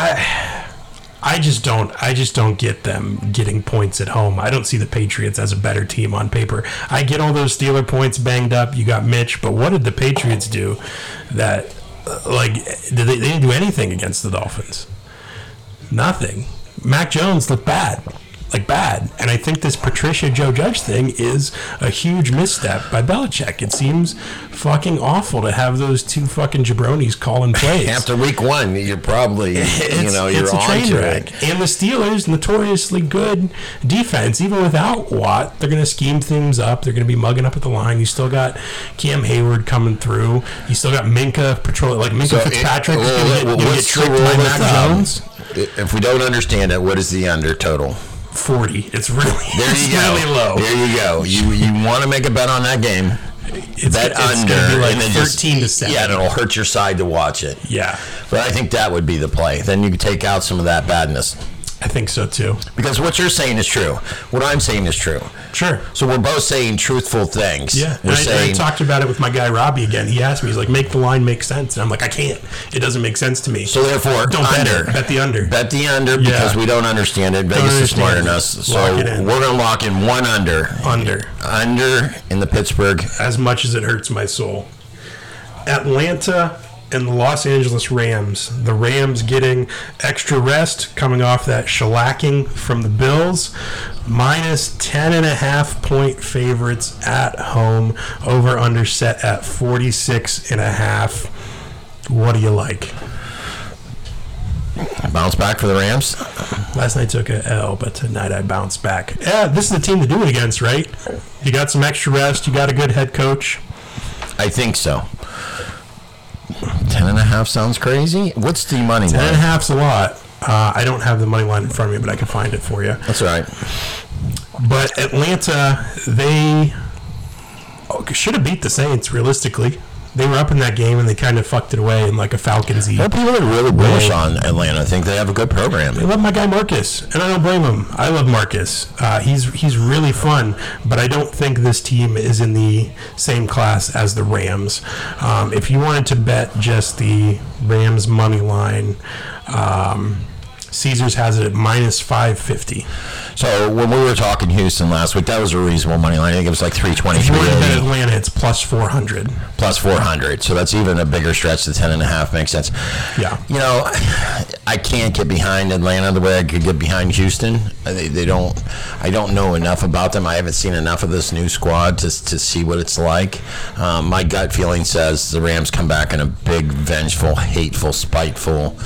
Speaker 1: I just don't. I just don't get them getting points at home. I don't see the Patriots as a better team on paper. I get all those Steeler points banged up. You got Mitch, but what did the Patriots do? That uh, like did they, they didn't do anything against the Dolphins. Nothing. Mac Jones looked bad. Like bad, and I think this Patricia Joe Judge thing is a huge misstep by Belichick. It seems fucking awful to have those two fucking jabronis calling plays
Speaker 2: After week one, you're probably you know you're
Speaker 1: it's a
Speaker 2: on
Speaker 1: train
Speaker 2: to
Speaker 1: wreck.
Speaker 2: it.
Speaker 1: And the Steelers, notoriously good defense, even without Watt, they're going to scheme things up. They're going to be mugging up at the line. You still got Cam Hayward coming through. You still got Minka patrol, like Minka
Speaker 2: it-
Speaker 1: Fitzpatrick. is
Speaker 2: well,
Speaker 1: gonna get-
Speaker 2: well,
Speaker 1: gonna
Speaker 2: what's
Speaker 1: get
Speaker 2: the
Speaker 1: tricked
Speaker 2: rule
Speaker 1: by
Speaker 2: with,
Speaker 1: Mac
Speaker 2: um,
Speaker 1: Jones.
Speaker 2: If we don't understand it, what is the under total?
Speaker 1: Forty. It's really,
Speaker 2: There
Speaker 1: it's
Speaker 2: you go.
Speaker 1: really low.
Speaker 2: There you go. You you want to make a bet on that game?
Speaker 1: It's,
Speaker 2: Bet
Speaker 1: it's
Speaker 2: under
Speaker 1: gonna be like
Speaker 2: and then just-
Speaker 1: thirteen to seven.
Speaker 2: Yeah, and it'll hurt your side to watch it.
Speaker 1: yeah,
Speaker 2: But I think that would be the play. Then you could take out some of that badness
Speaker 1: I think so too.
Speaker 2: because what you're saying is true. What I'm saying is true.
Speaker 1: Sure.
Speaker 2: So we're both saying truthful things.
Speaker 1: Yeah, and
Speaker 2: we're
Speaker 1: I, I
Speaker 2: saying
Speaker 1: talked about it with my guy Robbie again. He asked me, he's like, "Make the line make sense," and I'm like, "I can't. It doesn't make sense to me."
Speaker 2: so. Therefore,
Speaker 1: Don't bet
Speaker 2: under.
Speaker 1: it. Bet the under.
Speaker 2: Bet the under because we don't understand it. Vegas is
Speaker 1: understand
Speaker 2: smarter than
Speaker 1: it.
Speaker 2: us, so
Speaker 1: Lock it in.
Speaker 2: we're gonna lock in one under,
Speaker 1: under.
Speaker 2: under in the Pittsburgh
Speaker 1: as much as it hurts my soul. Atlanta and the Los Angeles Rams. The Rams getting extra rest coming off that shellacking from the Bills. Minus 10 and a half point favorites at home. Over under set at 46 and a half. What do you like?
Speaker 2: bounce back for the Rams.
Speaker 1: Last night took a L, but tonight I bounced back. Yeah, this is the team to do it against, right? You got some extra rest. You got a good head coach.
Speaker 2: I think so. Ten and a half sounds crazy. What's the money
Speaker 1: Ten and a
Speaker 2: line?
Speaker 1: half's a lot. Uh, I don't have the money line in front of me, but I can find it for you.
Speaker 2: That's all right.
Speaker 1: But oh, Atlanta, they should have beat the Saints realistically. they were up in that game and they kind of fucked it away in like a Falcons
Speaker 2: There
Speaker 1: y.
Speaker 2: are people that are really bullish on Atlanta. I think they have a good program.
Speaker 1: I love my guy Marcus, and I don't blame him. I love Marcus. Uh, he's he's really fun, but I don't think this team is in the same class as the Rams. Um, if you wanted to bet just the Rams money line, um, Caesars has it at minus five fifty.
Speaker 2: So when we were talking Houston last week, that was a reasonable money line. I think it was like 320,
Speaker 1: If you wanted to bet
Speaker 2: 380,
Speaker 1: Atlanta, it's plus four hundred.
Speaker 2: plus 400. So that's even a bigger stretch. The 10 and a half makes sense.
Speaker 1: Yeah.
Speaker 2: You know, I can't get behind Atlanta the way I could get behind Houston. Uh, They, they don't. I don't know enough about them. I haven't seen enough of this new squad to, to see what it's like. Um, my gut feeling says the Rams come back in a big, vengeful, hateful, spiteful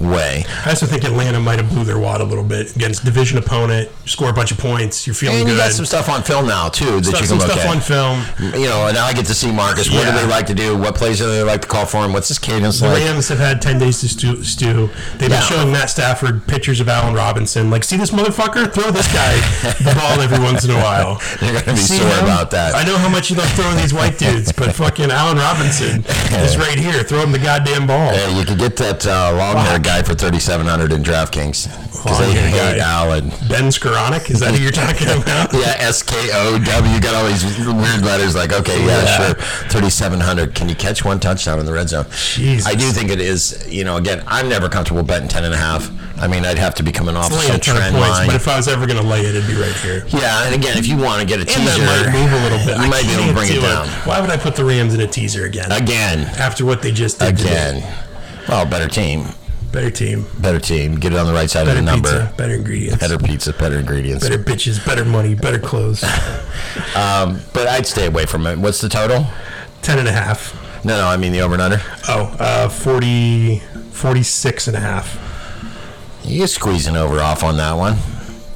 Speaker 2: way.
Speaker 1: I also think Atlanta might have blew their wad a little bit against division opponent. Score a bunch of points, you're feeling
Speaker 2: And you
Speaker 1: good.
Speaker 2: got some stuff on film now too that
Speaker 1: Stuff-
Speaker 2: you can
Speaker 1: some
Speaker 2: look
Speaker 1: stuff
Speaker 2: at.
Speaker 1: on film.
Speaker 2: you know, and now I get to see Marcus. What do
Speaker 1: Yeah.
Speaker 2: they like to do? What plays do they like to call for him? What's his cadence
Speaker 1: The
Speaker 2: like?
Speaker 1: Rams have had 10 days to stew. stew. They've
Speaker 2: Yeah.
Speaker 1: been showing Matt Stafford pictures of Allen Robinson. Like, see this motherfucker? Throw this guy the ball every once in a while.
Speaker 2: They're going to be
Speaker 1: See
Speaker 2: sore
Speaker 1: him?
Speaker 2: about that.
Speaker 1: I know how much you love throwing these white dudes, but fucking Allen Robinson is right here. Throw him the goddamn ball.
Speaker 2: Uh, you could get that uh, long hair guy for thirty seven hundred in DraftKings because they
Speaker 1: Long-haired guy.
Speaker 2: hate Allen.
Speaker 1: Ben Skoranek? Is that who you're talking about?
Speaker 2: Yeah, S K O W. Got all these weird letters. Like, okay, yeah, sure, thirty seven hundred. Can you catch one touchdown in the red zone?
Speaker 1: Jesus.
Speaker 2: I do think it is. You know, again, I'm never comfortable betting ten and a half. I mean, I'd have to be coming off
Speaker 1: Only a
Speaker 2: some
Speaker 1: ton of
Speaker 2: trend
Speaker 1: points,
Speaker 2: line.
Speaker 1: but if I was ever going to lay it, it'd be right here.
Speaker 2: yeah, and again, if you want to get a
Speaker 1: And that
Speaker 2: teaser,
Speaker 1: might move a little bit.
Speaker 2: You
Speaker 1: I
Speaker 2: might be able to
Speaker 1: can't
Speaker 2: bring
Speaker 1: do
Speaker 2: it down
Speaker 1: Why would I put the Rams in a teaser again?
Speaker 2: again.
Speaker 1: After what they just did today.
Speaker 2: again. Well, better team,
Speaker 1: Better team.
Speaker 2: better team. Get it on the right side
Speaker 1: Better
Speaker 2: of the number.
Speaker 1: pizza. Better ingredients.
Speaker 2: Better pizza, better ingredients.
Speaker 1: better bitches, better money, better clothes.
Speaker 2: Um, but I'd stay away from it. What's the total?
Speaker 1: Ten and a half.
Speaker 2: No, no, I mean the over and under.
Speaker 1: Oh, uh, 40, 46 and a half.
Speaker 2: You can squeeze an over off on that one.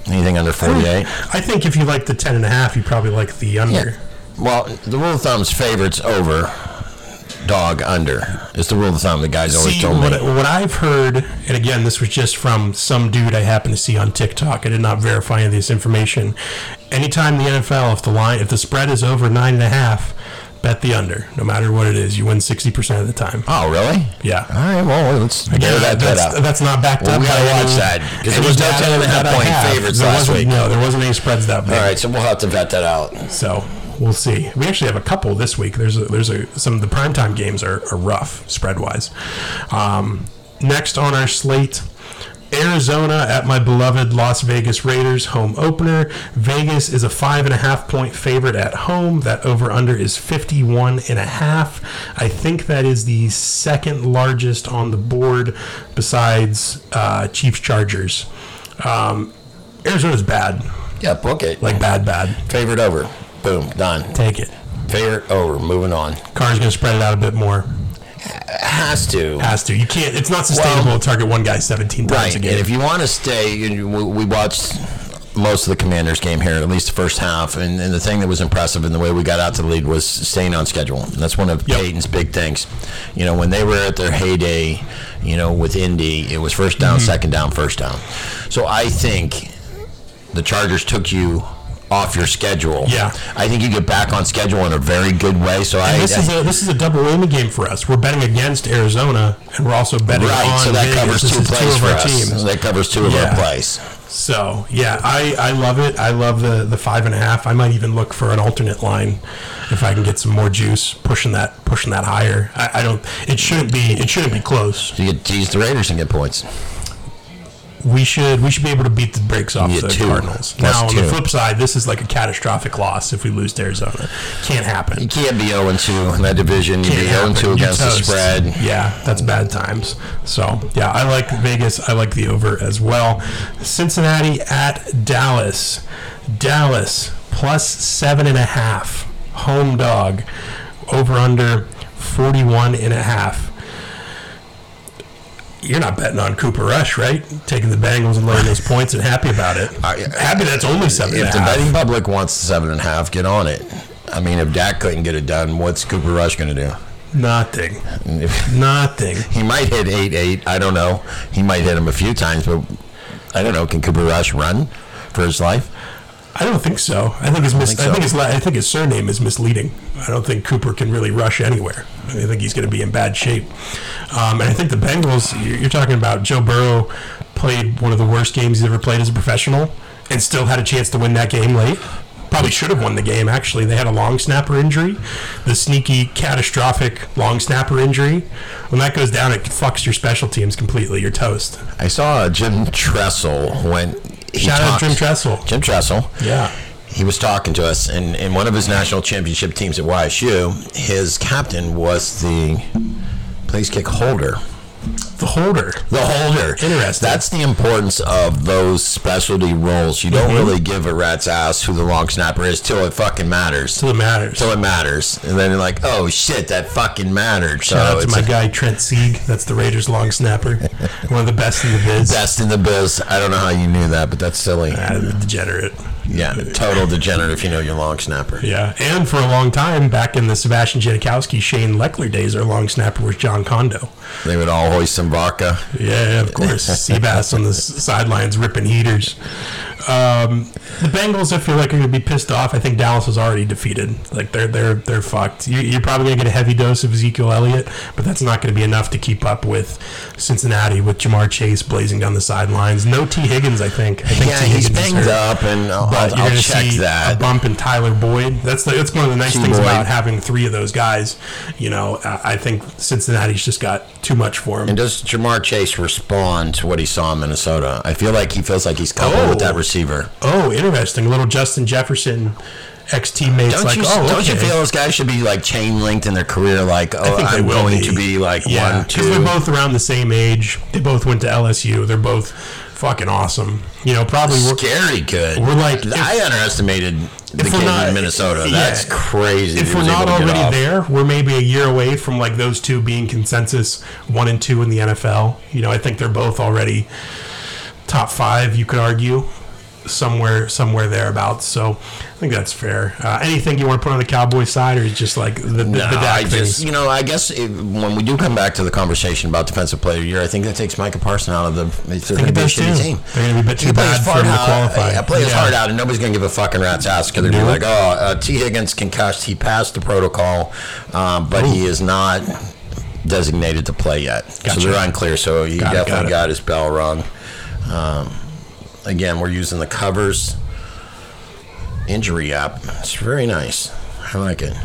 Speaker 2: Anything under 48?
Speaker 1: I think if you like the ten and a half, you probably like the under.
Speaker 2: Well, the rule of thumb's favorites over, dog under. It's the rule of thumb the guys always
Speaker 1: See,
Speaker 2: told me.
Speaker 1: what, I- what I've heard, and again, this was just from some dude I happened to see on TikTok. I did not verify any of this information. Anytime the NFL, if the line, if the spread is over nine and a half, bet the under. No matter what it is, you win sixty percent of the time.
Speaker 2: oh, really?
Speaker 1: Yeah.
Speaker 2: All right, well, let's
Speaker 1: Yeah,
Speaker 2: bear that,
Speaker 1: that,
Speaker 2: that
Speaker 1: that's,
Speaker 2: up.
Speaker 1: that's not backed
Speaker 2: Well,
Speaker 1: up.
Speaker 2: we gotta
Speaker 1: by
Speaker 2: watch
Speaker 1: any-
Speaker 2: that, 'cause there
Speaker 1: any
Speaker 2: was no
Speaker 1: data
Speaker 2: 10.5
Speaker 1: that I
Speaker 2: point
Speaker 1: have.
Speaker 2: favorites
Speaker 1: There
Speaker 2: last
Speaker 1: wasn't-
Speaker 2: week.
Speaker 1: No, there wasn't any spreads that big.
Speaker 2: All right, so we'll have to vet that out.
Speaker 1: So we'll see. We actually have a couple this week. There's a, there's a, some of the primetime games are, are rough spread wise. Um, next on our slate. Arizona at my beloved Las Vegas Raiders home opener. Vegas is a five and a half point favorite at home. That over under is 51 and a half. I think that is the second largest on the board besides uh, Chiefs Chargers. Um, Arizona's bad,
Speaker 2: Yeah, book it.
Speaker 1: like bad, bad.
Speaker 2: favorite over. Boom, done.
Speaker 1: Take it.
Speaker 2: Favorite over. Moving on.
Speaker 1: Carr's going to spread it out a bit more.
Speaker 2: Has to.
Speaker 1: Has to. You can't. It's not sustainable
Speaker 2: Well-
Speaker 1: to target one guy 17 times
Speaker 2: Right,
Speaker 1: a
Speaker 2: and
Speaker 1: game.
Speaker 2: if you want to stay, you- we we watched most of the Commanders game here, at least the first half, and, and the thing that was impressive in the way we got out to the lead was staying on schedule. And that's one of
Speaker 1: Yep.
Speaker 2: Peyton's big things. You know, when they were at their heyday, you know, with Indy, it was first
Speaker 1: Mm-hmm.
Speaker 2: down, second down, first down. So I think the Chargers took you off your schedule.
Speaker 1: Yeah.
Speaker 2: I think you get back on schedule in a very good way. So I,
Speaker 1: And this
Speaker 2: I-
Speaker 1: is a this is a double whammy game for us. We're betting against Arizona, and we're also betting
Speaker 2: right,
Speaker 1: on
Speaker 2: so that
Speaker 1: Vegas.
Speaker 2: covers
Speaker 1: This
Speaker 2: two
Speaker 1: is
Speaker 2: plays
Speaker 1: of
Speaker 2: for
Speaker 1: our
Speaker 2: us.
Speaker 1: teams.
Speaker 2: So that covers two of
Speaker 1: Yeah.
Speaker 2: our plays.
Speaker 1: So yeah, I, I love it. I love the the five and a half. I might even look for an alternate line if I can get some more juice pushing that pushing that higher. I, I don't. It shouldn't be it shouldn't be close.
Speaker 2: So you get tease the Raiders and get points.
Speaker 1: We should we should be able to beat the brakes off
Speaker 2: Yeah,
Speaker 1: the
Speaker 2: two.
Speaker 1: Cardinals.
Speaker 2: Plus
Speaker 1: now on
Speaker 2: two.
Speaker 1: the flip side, this is like a catastrophic loss if we lose to Arizona. Can't happen.
Speaker 2: You can't be 0 2 in that division. You'd
Speaker 1: Can't
Speaker 2: be 0
Speaker 1: happen.
Speaker 2: 2
Speaker 1: You
Speaker 2: against the
Speaker 1: toast.
Speaker 2: spread.
Speaker 1: Yeah, that's bad times. So yeah, I like Vegas. I like the over as well. Cincinnati at Dallas. Dallas plus seven and a half. Home dog. Over under 41 and a half. You're not betting on Cooper Rush, right? Taking the Bengals and laying those points and happy about it. happy that's only seven and
Speaker 2: If
Speaker 1: a
Speaker 2: the
Speaker 1: half.
Speaker 2: betting public wants the 7.5, get on it. I mean, if Dak couldn't get it done, what's Cooper Rush going to do?
Speaker 1: Nothing.
Speaker 2: If-
Speaker 1: Nothing.
Speaker 2: he might hit 8 8. I don't know. He might hit him a few times, but I don't know. Can Cooper Rush run for his life?
Speaker 1: I don't think so. I think his mis-
Speaker 2: think
Speaker 1: I
Speaker 2: so.
Speaker 1: think his la- I think his surname is misleading. I don't think Cooper can really rush anywhere. I think he's going to be in bad shape. Um, and I think the Bengals, you- you're talking about Joe Burrow played one of the worst games he's ever played as a professional and still had a chance to win that game late. Probably should have won the game, actually. They had a long snapper injury, the sneaky, catastrophic long snapper injury. When that goes down, it fucks your special teams completely. You're toast.
Speaker 2: I saw Jim Tressel when he
Speaker 1: Shout out
Speaker 2: talked-
Speaker 1: Jim Tressel.
Speaker 2: Jim Tressel.
Speaker 1: Yeah.
Speaker 2: He was talking to us, and in one of his national championship teams at YSU, his captain was the place kick holder.
Speaker 1: The holder.
Speaker 2: The holder.
Speaker 1: Interesting.
Speaker 2: That's the importance of those specialty roles. You
Speaker 1: Mm-hmm.
Speaker 2: don't really give a rat's ass who the long snapper is till it fucking matters.
Speaker 1: Till it matters.
Speaker 2: Till it matters. And then you're like, oh shit, that fucking mattered. So
Speaker 1: Shout out to
Speaker 2: Oh, it's
Speaker 1: my
Speaker 2: like,
Speaker 1: guy Trent Sieg. That's the Raiders long snapper, one of the best in the biz.
Speaker 2: best in the biz. I don't know how you knew that, but that's silly.
Speaker 1: Ah, degenerate.
Speaker 2: Yeah, total degenerate if you know your long snapper.
Speaker 1: Yeah, and for a long time back in the Sebastian Janikowski, Shane Leckler days, our long snapper was John Kondo.
Speaker 2: They would all hoist some vodka.
Speaker 1: Yeah, of course. Seabass on the s- sidelines ripping heaters. Um, the Bengals, I feel like, are going to be pissed off. I think Dallas is already defeated. Like they're they're they're fucked. You, you're probably going to get a heavy dose of Ezekiel Elliott, but that's not going to be enough to keep up with Cincinnati with Jamar Chase blazing down the sidelines. No T Higgins, I think. I think
Speaker 2: Yeah,
Speaker 1: T. Higgins
Speaker 2: he's
Speaker 1: is
Speaker 2: banged
Speaker 1: hurt.
Speaker 2: up, and I'll,
Speaker 1: But
Speaker 2: I'll,
Speaker 1: you're
Speaker 2: I'll
Speaker 1: going to
Speaker 2: check
Speaker 1: see a
Speaker 2: that.
Speaker 1: bump in Tyler Boyd. That's the, that's one of the nice things
Speaker 2: Boyd.
Speaker 1: about having three of those guys. You know, I I think Cincinnati's just got too much for him.
Speaker 2: And does Jamar Chase respond to what he saw in Minnesota? I feel like he feels like he's coupled with
Speaker 1: Oh.
Speaker 2: that receiver.
Speaker 1: Oh, interesting. A little Justin Jefferson ex teammates
Speaker 2: Don't
Speaker 1: like,
Speaker 2: you
Speaker 1: oh,
Speaker 2: don't
Speaker 1: okay.
Speaker 2: you feel those guys should be like chain linked in their career? Like, oh,
Speaker 1: think they
Speaker 2: I'm
Speaker 1: will
Speaker 2: going
Speaker 1: be.
Speaker 2: to be like
Speaker 1: yeah,
Speaker 2: one,
Speaker 1: because
Speaker 2: two.
Speaker 1: they're both around the same age. They both went to LSU. They're both fucking awesome. You know, probably were,
Speaker 2: scary good.
Speaker 1: We're like-
Speaker 2: I underestimated the
Speaker 1: if we're
Speaker 2: game
Speaker 1: not-
Speaker 2: in Minnesota.
Speaker 1: yeah.
Speaker 2: That's crazy.
Speaker 1: if
Speaker 2: he
Speaker 1: we're
Speaker 2: was
Speaker 1: not
Speaker 2: able to get
Speaker 1: already
Speaker 2: off.
Speaker 1: there, we're maybe a year away from like those two being consensus one and two in the NFL. You know, I think they're both already top five. You could argue somewhere somewhere thereabouts. So I think that's fair. Uh, anything you want to put on the Cowboys side, or is just like the, the, the
Speaker 2: No, I
Speaker 1: Dak
Speaker 2: just,
Speaker 1: things?
Speaker 2: you know, I guess if, when we do come back to the conversation about defensive player of the year, I think that takes Micah Parson out of the. If they're
Speaker 1: I think
Speaker 2: going to be
Speaker 1: it
Speaker 2: a
Speaker 1: does
Speaker 2: shitty
Speaker 1: too.
Speaker 2: team.
Speaker 1: They're going to be a bit too bad for him
Speaker 2: uh,
Speaker 1: to qualify.
Speaker 2: I play his
Speaker 1: Yeah.
Speaker 2: heart out, and nobody's going to give a fucking rat's ass because they're gonna be like,
Speaker 1: Nope.
Speaker 2: "Oh, uh, T. Higgins concussed. He passed the protocol, um, but he is not designated to play yet.
Speaker 1: Gotcha.
Speaker 2: So they're unclear. So he
Speaker 1: Got it,
Speaker 2: definitely
Speaker 1: got it.
Speaker 2: got his bell rung. Um, again, we're using the covers injury app. It's very nice. I like it.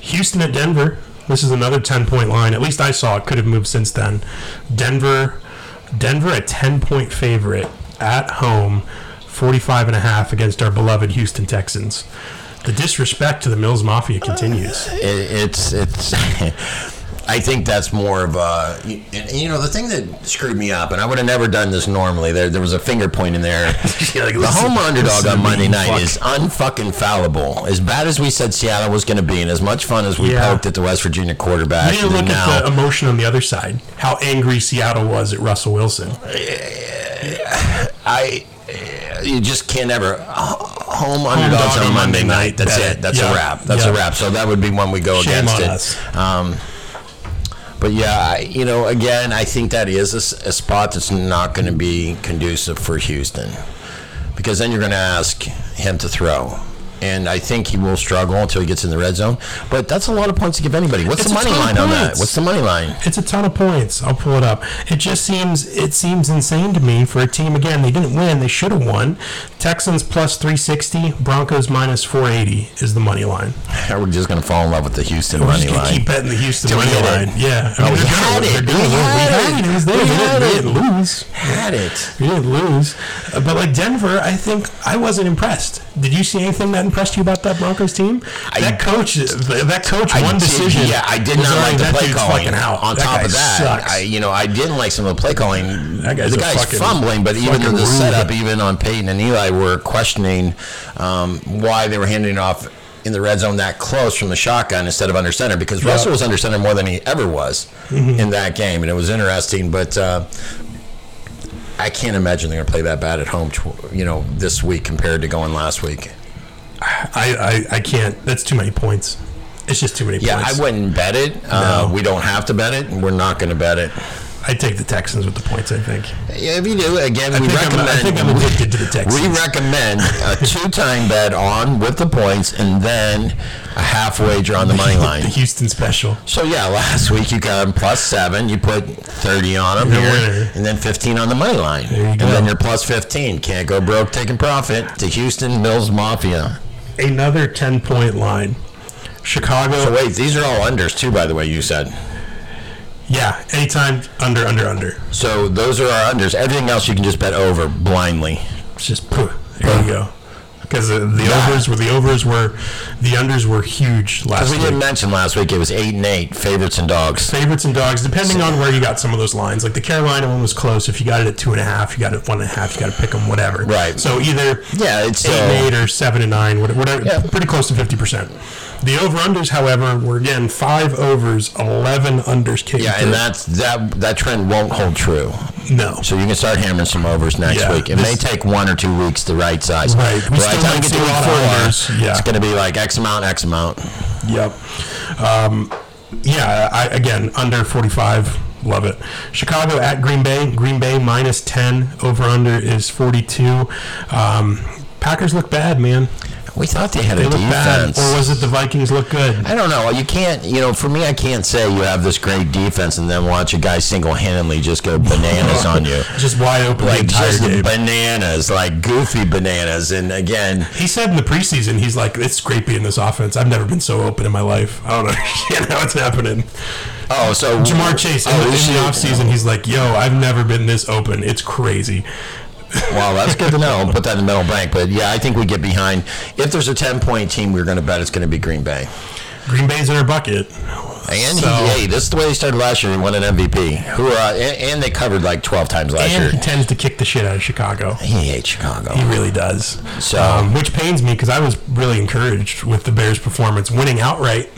Speaker 1: Houston at Denver. This is another 10 point line. At least I saw it. Could have moved since then. Denver, Denver a 10 point favorite at home, 45 and a half against our beloved Houston Texans. The disrespect to the Mills Mafia continues.
Speaker 2: it, it's it's I think that's more of a you, you know the thing that screwed me up, and I would have never done this normally. There there was a finger point in there.
Speaker 1: You're like,
Speaker 2: the
Speaker 1: listen-
Speaker 2: home underdog
Speaker 1: listen to
Speaker 2: on
Speaker 1: me,
Speaker 2: Monday
Speaker 1: you
Speaker 2: night
Speaker 1: fuck.
Speaker 2: is unfucking fallible. As bad as we said Seattle was going to be, and as much fun as we
Speaker 1: Yeah.
Speaker 2: poked at the West Virginia
Speaker 1: I
Speaker 2: quarterback,
Speaker 1: didn't
Speaker 2: and
Speaker 1: look
Speaker 2: now
Speaker 1: at the emotion on the other side. How angry Seattle was at Russell Wilson.
Speaker 2: I eh, you just can't ever h- home underdogs
Speaker 1: dog
Speaker 2: on
Speaker 1: on
Speaker 2: Monday
Speaker 1: Monday
Speaker 2: night.
Speaker 1: night,
Speaker 2: That's
Speaker 1: bet
Speaker 2: it.
Speaker 1: it.
Speaker 2: That's
Speaker 1: Yeah.
Speaker 2: a wrap. That's a
Speaker 1: Yeah.
Speaker 2: wrap. So that would be one we go
Speaker 1: Shame
Speaker 2: against
Speaker 1: on
Speaker 2: it.
Speaker 1: us.
Speaker 2: Um, but yeah, I, you know, again, I think that is a s- a, spot that's not going to be conducive for Houston because then you're going to ask him to throw. And I think he will struggle until he gets in the red zone. But that's a lot of points to give anybody. What's
Speaker 1: It's
Speaker 2: the
Speaker 1: a
Speaker 2: money
Speaker 1: ton of
Speaker 2: line on that?
Speaker 1: points.
Speaker 2: What's the money line?
Speaker 1: It's a ton of points. I'll pull it up. It just seems it seems insane to me for a team again. They didn't win. They should have won. Texans plus 360. Broncos minus 480 is the money line.
Speaker 2: We're just going to fall in love with the Houston
Speaker 1: We're
Speaker 2: money
Speaker 1: just gonna
Speaker 2: line.
Speaker 1: keep betting the Houston
Speaker 2: Till we
Speaker 1: money
Speaker 2: get
Speaker 1: line.
Speaker 2: it.
Speaker 1: Yeah, I
Speaker 2: Oh, we
Speaker 1: they're
Speaker 2: had
Speaker 1: gonna-
Speaker 2: it.
Speaker 1: they're
Speaker 2: We
Speaker 1: gonna win.
Speaker 2: had it.
Speaker 1: We had it. It was there.
Speaker 2: We
Speaker 1: We didn't-
Speaker 2: had
Speaker 1: we
Speaker 2: it.
Speaker 1: didn't lose.
Speaker 2: Had it.
Speaker 1: We didn't lose. Uh, But like Denver, I think I wasn't impressed. Did you see anything that impressed you about that Broncos team? that coach, th- that coach,
Speaker 2: I
Speaker 1: one
Speaker 2: did-
Speaker 1: decision.
Speaker 2: Yeah, I did
Speaker 1: was
Speaker 2: not
Speaker 1: already,
Speaker 2: like the
Speaker 1: that
Speaker 2: play
Speaker 1: dude's
Speaker 2: calling.
Speaker 1: Fucking out.
Speaker 2: On
Speaker 1: That
Speaker 2: top
Speaker 1: guy
Speaker 2: of that,
Speaker 1: sucks.
Speaker 2: I you know I didn't like some of the play calling.
Speaker 1: That guy's
Speaker 2: the
Speaker 1: a
Speaker 2: guy's
Speaker 1: fucking-
Speaker 2: fumbling, but even
Speaker 1: fucking
Speaker 2: in the
Speaker 1: rube.
Speaker 2: setup, even on Peyton and Eli were questioning um, why they were handing off in the red zone that close from the shotgun instead of under center because Russell was under center more than he ever was in that game, and it was interesting, but. Uh, I can't imagine they're going to play that bad at home, tw- you know, this week compared to going last week.
Speaker 1: I, I, I can't. That's too many points. It's just too many
Speaker 2: Yeah,
Speaker 1: points.
Speaker 2: I wouldn't bet it. Uh, We don't have to bet it. We're not going to bet it.
Speaker 1: I take the Texans with the points. I think.
Speaker 2: Yeah, if you do, again,
Speaker 1: I
Speaker 2: we
Speaker 1: think, I'm,
Speaker 2: recommend.
Speaker 1: I think I'm addicted to the
Speaker 2: we
Speaker 1: Texans.
Speaker 2: recommend a two-time bet on with the points, and then a half wager on the money line.
Speaker 1: the Houston special.
Speaker 2: So yeah, last week you got him plus seven. You put thirty on him,
Speaker 1: You're a
Speaker 2: here,
Speaker 1: winner.
Speaker 2: and then fifteen on the money line,
Speaker 1: you
Speaker 2: and
Speaker 1: go.
Speaker 2: then you're plus fifteen. Can't go broke taking profit to Houston Mills Mafia.
Speaker 1: Another ten point line. Chicago.
Speaker 2: So Oh, wait, these are all unders too, by the way. You said
Speaker 1: yeah. Anytime under under under.
Speaker 2: so. Those are our unders. Everything else you can just bet over blindly.
Speaker 1: It's just poof. There you go. Because the, the overs were the overs were the unders were huge last
Speaker 2: As we
Speaker 1: week.
Speaker 2: didn't mention last week, it was eight and eight favorites and dogs.
Speaker 1: favorites and dogs, depending on where you got some of those lines. Like the Carolina one was close. If you got it at two and a half, you got it at one and a half. You got to pick them, whatever.
Speaker 2: Right.
Speaker 1: So either
Speaker 2: Yeah, it's
Speaker 1: eight
Speaker 2: uh,
Speaker 1: and eight or seven and nine, what- whatever.
Speaker 2: Yeah.
Speaker 1: Pretty close to fifty percent. The over unders, however, were again five overs, eleven unders came.
Speaker 2: yeah,
Speaker 1: through.
Speaker 2: and that's that that trend won't hold true.
Speaker 1: no.
Speaker 2: So you can start hammering some overs next
Speaker 1: Yeah,
Speaker 2: week. It may
Speaker 1: this-
Speaker 2: take one or two weeks to right size.
Speaker 1: Right, we
Speaker 2: By the
Speaker 1: still
Speaker 2: time
Speaker 1: might
Speaker 2: you get
Speaker 1: see
Speaker 2: to
Speaker 1: a
Speaker 2: week
Speaker 1: lot of
Speaker 2: four,
Speaker 1: unders, yeah.
Speaker 2: It's going to be like X amount, X amount.
Speaker 1: Yep. Um, yeah, I, again, under 45. Love it. Chicago at Green Bay. Green Bay minus 10. Over under is 42. Um, Packers look bad, man.
Speaker 2: We thought they had
Speaker 1: They
Speaker 2: a
Speaker 1: look
Speaker 2: defense.
Speaker 1: bad. Or was it the Vikings look good?
Speaker 2: I don't know. You can't, you know, for me, I can't say you have this great defense and then watch a guy single handedly just go bananas on you.
Speaker 1: Just wide open the
Speaker 2: Like,
Speaker 1: entire
Speaker 2: just
Speaker 1: game.
Speaker 2: bananas, like goofy bananas. And again,
Speaker 1: He said in the preseason, he's like, it's great being this offense. I've never been so open in my life. I don't understand how it's happening.
Speaker 2: oh, so.
Speaker 1: Jamar Chase, in,
Speaker 2: Oh,
Speaker 1: the, in
Speaker 2: we
Speaker 1: the
Speaker 2: should-
Speaker 1: offseason, he's like, yo, I've never been this open. It's crazy.
Speaker 2: Wow, that's good to know. I'll Put that in the middle bank. But yeah, I think we get behind. If there's a 10 point team, we're going to bet it's going to be Green Bay.
Speaker 1: Green Bay's in our bucket.
Speaker 2: And
Speaker 1: So-
Speaker 2: he, hey, this is the way he started last year. He won an MVP. Who uh, and, and they covered like twelve times last
Speaker 1: and he
Speaker 2: year.
Speaker 1: tends to kick the shit out of Chicago.
Speaker 2: He hates Chicago.
Speaker 1: He really does.
Speaker 2: So-
Speaker 1: um, which pains me because I was really encouraged with the Bears' performance, winning outright